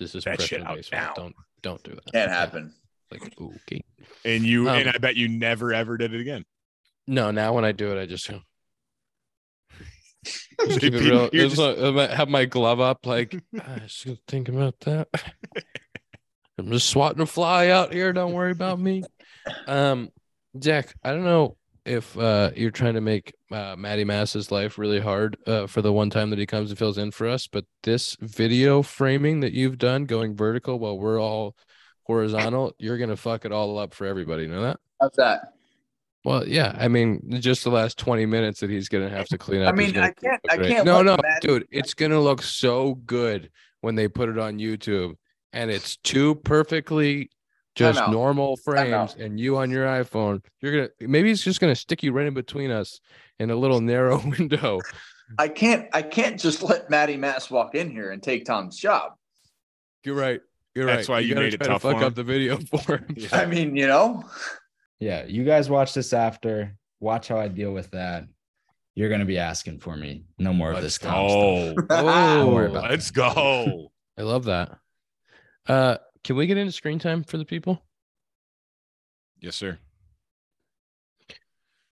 Speaker 1: this is
Speaker 3: That shit
Speaker 1: professional
Speaker 3: out
Speaker 1: baseball.
Speaker 3: now."
Speaker 1: Don't don't do that.
Speaker 2: can't happen.
Speaker 1: Like, okay,
Speaker 3: and you
Speaker 1: um,
Speaker 3: and I bet you never ever did it again.
Speaker 1: no. Now when I do it, I just go. Just keep it real.
Speaker 3: You're just-
Speaker 1: Just like- have my glove up, like I just gonna think about that. I'm just swatting a fly out here. Don't worry about me. Um, Zach, I don't know if uh, you're trying to make uh, Matty Mass's life really hard uh, for the one time that he comes and fills in for us, but this video framing that you've done, going vertical while we're all horizontal, you're gonna fuck it all up for everybody. You know that?
Speaker 2: How's that?
Speaker 1: Well, yeah. I mean, just the last 20 minutes that he's gonna have to clean up.
Speaker 2: I
Speaker 1: is
Speaker 2: mean,
Speaker 1: gonna
Speaker 2: I
Speaker 1: be
Speaker 2: can't- I
Speaker 1: great.
Speaker 2: can't
Speaker 1: No,
Speaker 2: let
Speaker 1: no,
Speaker 2: Matt-
Speaker 1: dude, it's gonna look so good when they put it on YouTube, and it's two perfectly just
Speaker 2: out.
Speaker 1: normal
Speaker 2: out.
Speaker 1: frames, and you on your iPhone. You're gonna maybe it's just gonna stick you right in between us in a little narrow window.
Speaker 2: I can't I can't just let Matty Mass walk in here and take Tom's job.
Speaker 1: You're right. You're
Speaker 3: That's
Speaker 1: right.
Speaker 3: why you
Speaker 1: gotta
Speaker 3: made it
Speaker 1: try to
Speaker 3: tough
Speaker 1: fuck
Speaker 3: for him.
Speaker 1: up the video for him.
Speaker 3: Yeah.
Speaker 2: I mean, you know,
Speaker 4: Yeah, you guys watch this after. Watch how I deal with that. You're gonna be asking for me. No more of
Speaker 3: Let's
Speaker 4: this.
Speaker 3: go.
Speaker 4: Tom
Speaker 1: Oh.
Speaker 4: stuff.
Speaker 1: Don't worry
Speaker 3: Oh,
Speaker 1: about
Speaker 3: let's go.
Speaker 1: I love that. Uh, can we get into screen time for the people?
Speaker 3: yes, sir.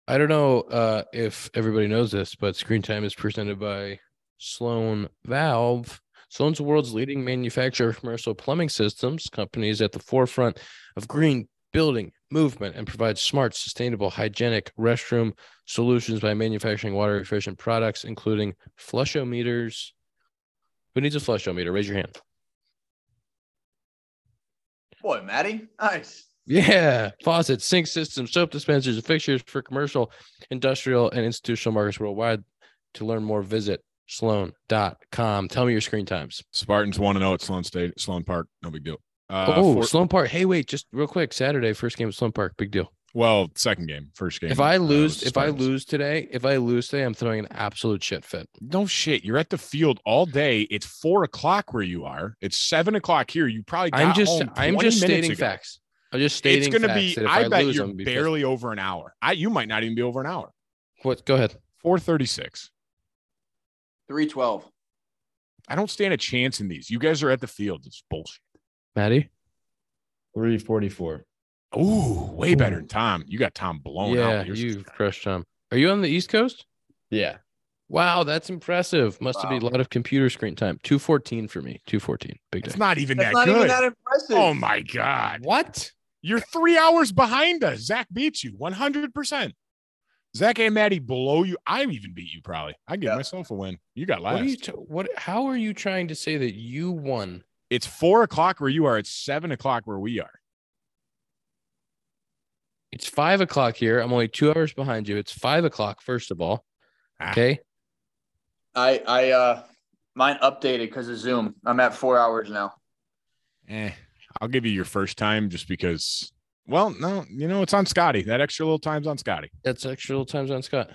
Speaker 1: I don't know uh, if everybody knows this, but Screen Time is presented by Sloan Valve. Sloan's the world's leading manufacturer of commercial plumbing systems. Company is at the forefront of green building movement and provides smart, sustainable, hygienic restroom solutions by manufacturing water efficient products, including flushometers. Who needs a flushometer? Raise your hand.
Speaker 2: boy, Matty, nice.
Speaker 1: Yeah, faucets, sink systems, soap dispensers, and fixtures for commercial, industrial, and institutional markets worldwide. To learn more, visit sloan.com. Tell me your screen times.
Speaker 3: Spartans want to know at Sloan State, Sloan Park. No big deal. Uh,
Speaker 1: oh,
Speaker 3: four-
Speaker 1: Sloan Park. Hey, wait, just real quick. Saturday, first game at Sloan Park. Big deal.
Speaker 3: Well, second game, first game.
Speaker 1: If I
Speaker 3: uh, was
Speaker 1: lose,
Speaker 3: the
Speaker 1: if I
Speaker 3: Spartans.
Speaker 1: lose today, if I lose today, I'm throwing an absolute shit fit.
Speaker 3: no shit, you're at the field all day. It's four o'clock where you are. It's seven o'clock here. You probably. Got
Speaker 1: I'm just,
Speaker 3: home
Speaker 1: I'm
Speaker 3: 20
Speaker 1: just
Speaker 3: minutes
Speaker 1: stating
Speaker 3: ago.
Speaker 1: facts. I'm just stating.
Speaker 3: It's gonna
Speaker 1: facts
Speaker 3: be.
Speaker 1: that if
Speaker 3: I, bet
Speaker 1: lose, I'm
Speaker 3: you're
Speaker 1: gonna be pissed.
Speaker 3: barely over an hour. I you might not even be over an hour.
Speaker 1: What? Go ahead.
Speaker 3: Four thirty-six.
Speaker 2: Three twelve.
Speaker 3: I don't stand a chance in these. You guys are at the field. It's bullshit.
Speaker 1: Maddie?
Speaker 4: 344.
Speaker 3: Ooh, way better than Tom. You got Tom blown
Speaker 1: yeah,
Speaker 3: out. You're-
Speaker 1: you crushed Tom. Are you on the East Coast?
Speaker 4: Yeah.
Speaker 1: Wow, that's impressive. Must have
Speaker 2: Wow.
Speaker 1: been a lot of computer screen time. 214 for me. 214. Big day.
Speaker 3: It's not even
Speaker 2: That's
Speaker 3: that
Speaker 2: not
Speaker 3: good.
Speaker 2: even that impressive.
Speaker 3: oh my god.
Speaker 1: What?
Speaker 3: You're three hours behind us. Zach beats you 100%. Zach and Maddie below you. I even beat you probably. I give
Speaker 2: Yeah.
Speaker 3: myself a win. You got
Speaker 1: What
Speaker 3: last.
Speaker 1: are you t- what how are you trying to say that you won?
Speaker 3: it's four o'clock where you are. It's seven o'clock where we are.
Speaker 1: It's five o'clock here. I'm only two hours behind you. It's five o'clock, first of all.
Speaker 3: Ah.
Speaker 1: Okay.
Speaker 2: I I uh mine updated because of Zoom. I'm at four hours now.
Speaker 3: Eh, I'll give you your first time just because. Well, no, you know, it's on Scotty. That extra little time's on Scotty.
Speaker 1: That's extra little times on Scott.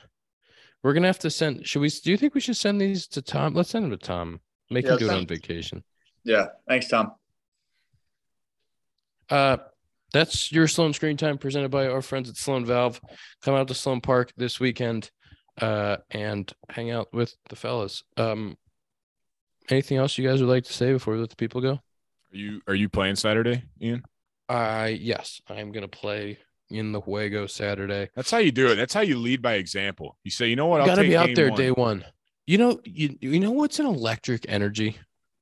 Speaker 1: We're gonna have to send should we do you think we should send these to Tom? Let's send them to Tom. Make
Speaker 2: Yeah,
Speaker 1: him do it
Speaker 2: send-
Speaker 1: on vacation.
Speaker 2: Yeah. Thanks, Tom.
Speaker 1: Uh, that's your Sloan Screen Time presented by our friends at Sloan Valve. Come out to Sloan Park this weekend uh, and hang out with the fellas. Um, anything else you guys would like to say before we let the people go?
Speaker 3: Are you are you playing Saturday, Ian?
Speaker 1: Uh, yes, I'm going to play in the Juego Saturday.
Speaker 3: That's how you do it. That's how you lead by example. You say, you know what?
Speaker 1: you got to
Speaker 3: take
Speaker 1: be out
Speaker 3: game
Speaker 1: there
Speaker 3: one.
Speaker 1: day one. You know, you, you know what's an electric energy?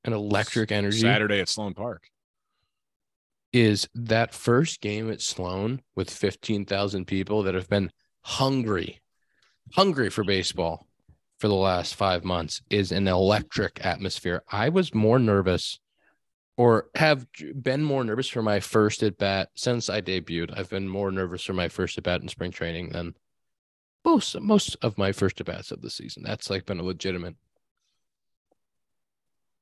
Speaker 1: An electric energy
Speaker 3: Saturday at Sloan Park.
Speaker 1: is that first game at Sloan with 15,000 people that have been hungry, hungry for baseball for the last five months is an electric atmosphere. I was more nervous or have been more nervous for my first at bat since I debuted. I've been more nervous for my first at bat in spring training than most most of my first at bats of the season. That's like been a legitimate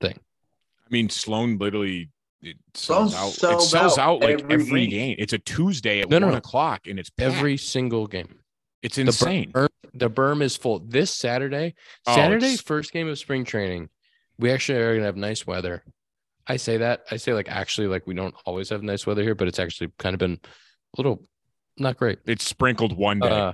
Speaker 3: I mean, Sloan literally it
Speaker 2: Sloan
Speaker 3: sells out. it
Speaker 2: sells
Speaker 3: sells
Speaker 2: out
Speaker 3: out like
Speaker 2: every
Speaker 3: every,
Speaker 2: week.
Speaker 3: game. It's a Tuesday at
Speaker 1: No, no,
Speaker 3: one
Speaker 1: no.
Speaker 3: o'clock, and it's every.
Speaker 1: every single game.
Speaker 3: It's insane.
Speaker 1: The er, berm, the berm is full. This Saturday,
Speaker 3: Oh,
Speaker 1: Saturday,
Speaker 3: it's-
Speaker 1: first game of spring training, we actually are gonna have nice weather. I say that. I say like actually, like we don't always have nice weather here, but it's actually kind of been a little not great.
Speaker 3: It's sprinkled one day.
Speaker 1: Uh,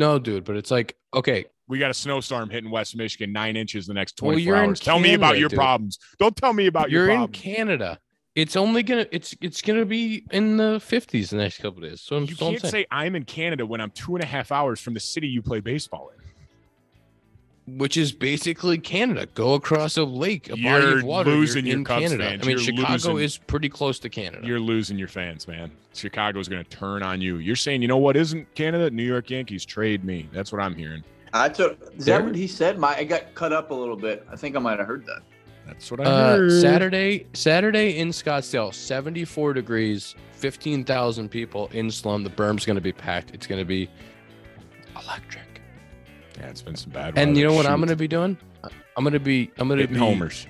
Speaker 1: no, dude, but it's like okay,
Speaker 3: we got a snowstorm hitting West Michigan, nine inches the next
Speaker 1: Well,
Speaker 3: twenty four
Speaker 1: you're in
Speaker 3: hours. Tell me about
Speaker 1: Canada,
Speaker 3: your
Speaker 1: dude.
Speaker 3: problems. Don't tell me about
Speaker 1: you're
Speaker 3: your
Speaker 1: in
Speaker 3: problems.
Speaker 1: Canada. It's only gonna it's it's gonna be in the fifties the next couple days. So I'm,
Speaker 3: you
Speaker 1: so I'm
Speaker 3: can't
Speaker 1: saying,
Speaker 3: say I'm in Canada when I'm two and a half hours from the city you play baseball in.
Speaker 1: which is basically Canada. Go across a lake, a body
Speaker 3: You're
Speaker 1: of water. you're
Speaker 3: losing your
Speaker 1: in
Speaker 3: Cubs
Speaker 1: Canada.
Speaker 3: fans.
Speaker 1: I mean,
Speaker 3: You're
Speaker 1: Chicago
Speaker 3: losing-
Speaker 1: is pretty close to Canada.
Speaker 3: You're losing your fans, man. Chicago's going to turn on you. You're saying, you know what isn't Canada? New York Yankees trade me. That's what I'm hearing.
Speaker 2: I took is
Speaker 1: There-
Speaker 2: that what he said? My I got cut up a little bit. I think I might have heard that.
Speaker 3: That's what I
Speaker 1: Uh,
Speaker 3: heard.
Speaker 1: Saturday, Saturday in Scottsdale, 74 degrees, 15,000 people in slum. The berm's going to be packed. It's going to be electric.
Speaker 3: Yeah, it's been some bad.
Speaker 1: And
Speaker 3: weather.
Speaker 1: you know what I'm
Speaker 3: Shoot.
Speaker 1: going to be doing? I'm going to be, I'm going to
Speaker 3: Hitting
Speaker 1: be
Speaker 3: homers.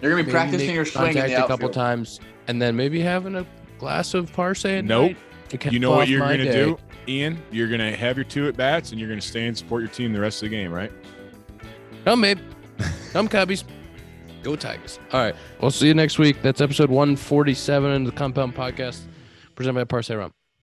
Speaker 2: You're gonna be
Speaker 1: maybe
Speaker 2: practicing
Speaker 1: make
Speaker 2: your swing in
Speaker 1: contact
Speaker 2: the
Speaker 1: a couple
Speaker 2: outfield.
Speaker 1: times, and then maybe having a glass of parse. at
Speaker 3: Nope.
Speaker 1: night to cap
Speaker 3: You know what
Speaker 1: off
Speaker 3: you're
Speaker 1: my
Speaker 3: going to
Speaker 1: day.
Speaker 3: do, Ian? You're going to have your two at bats, and you're going to stay and support your team the rest of the game, right?
Speaker 1: Come, babe. Come, Cubbies. Go, Tigers. All right. We'll see you next week. That's episode 147 of the Compound Podcast presented by Parse Rum.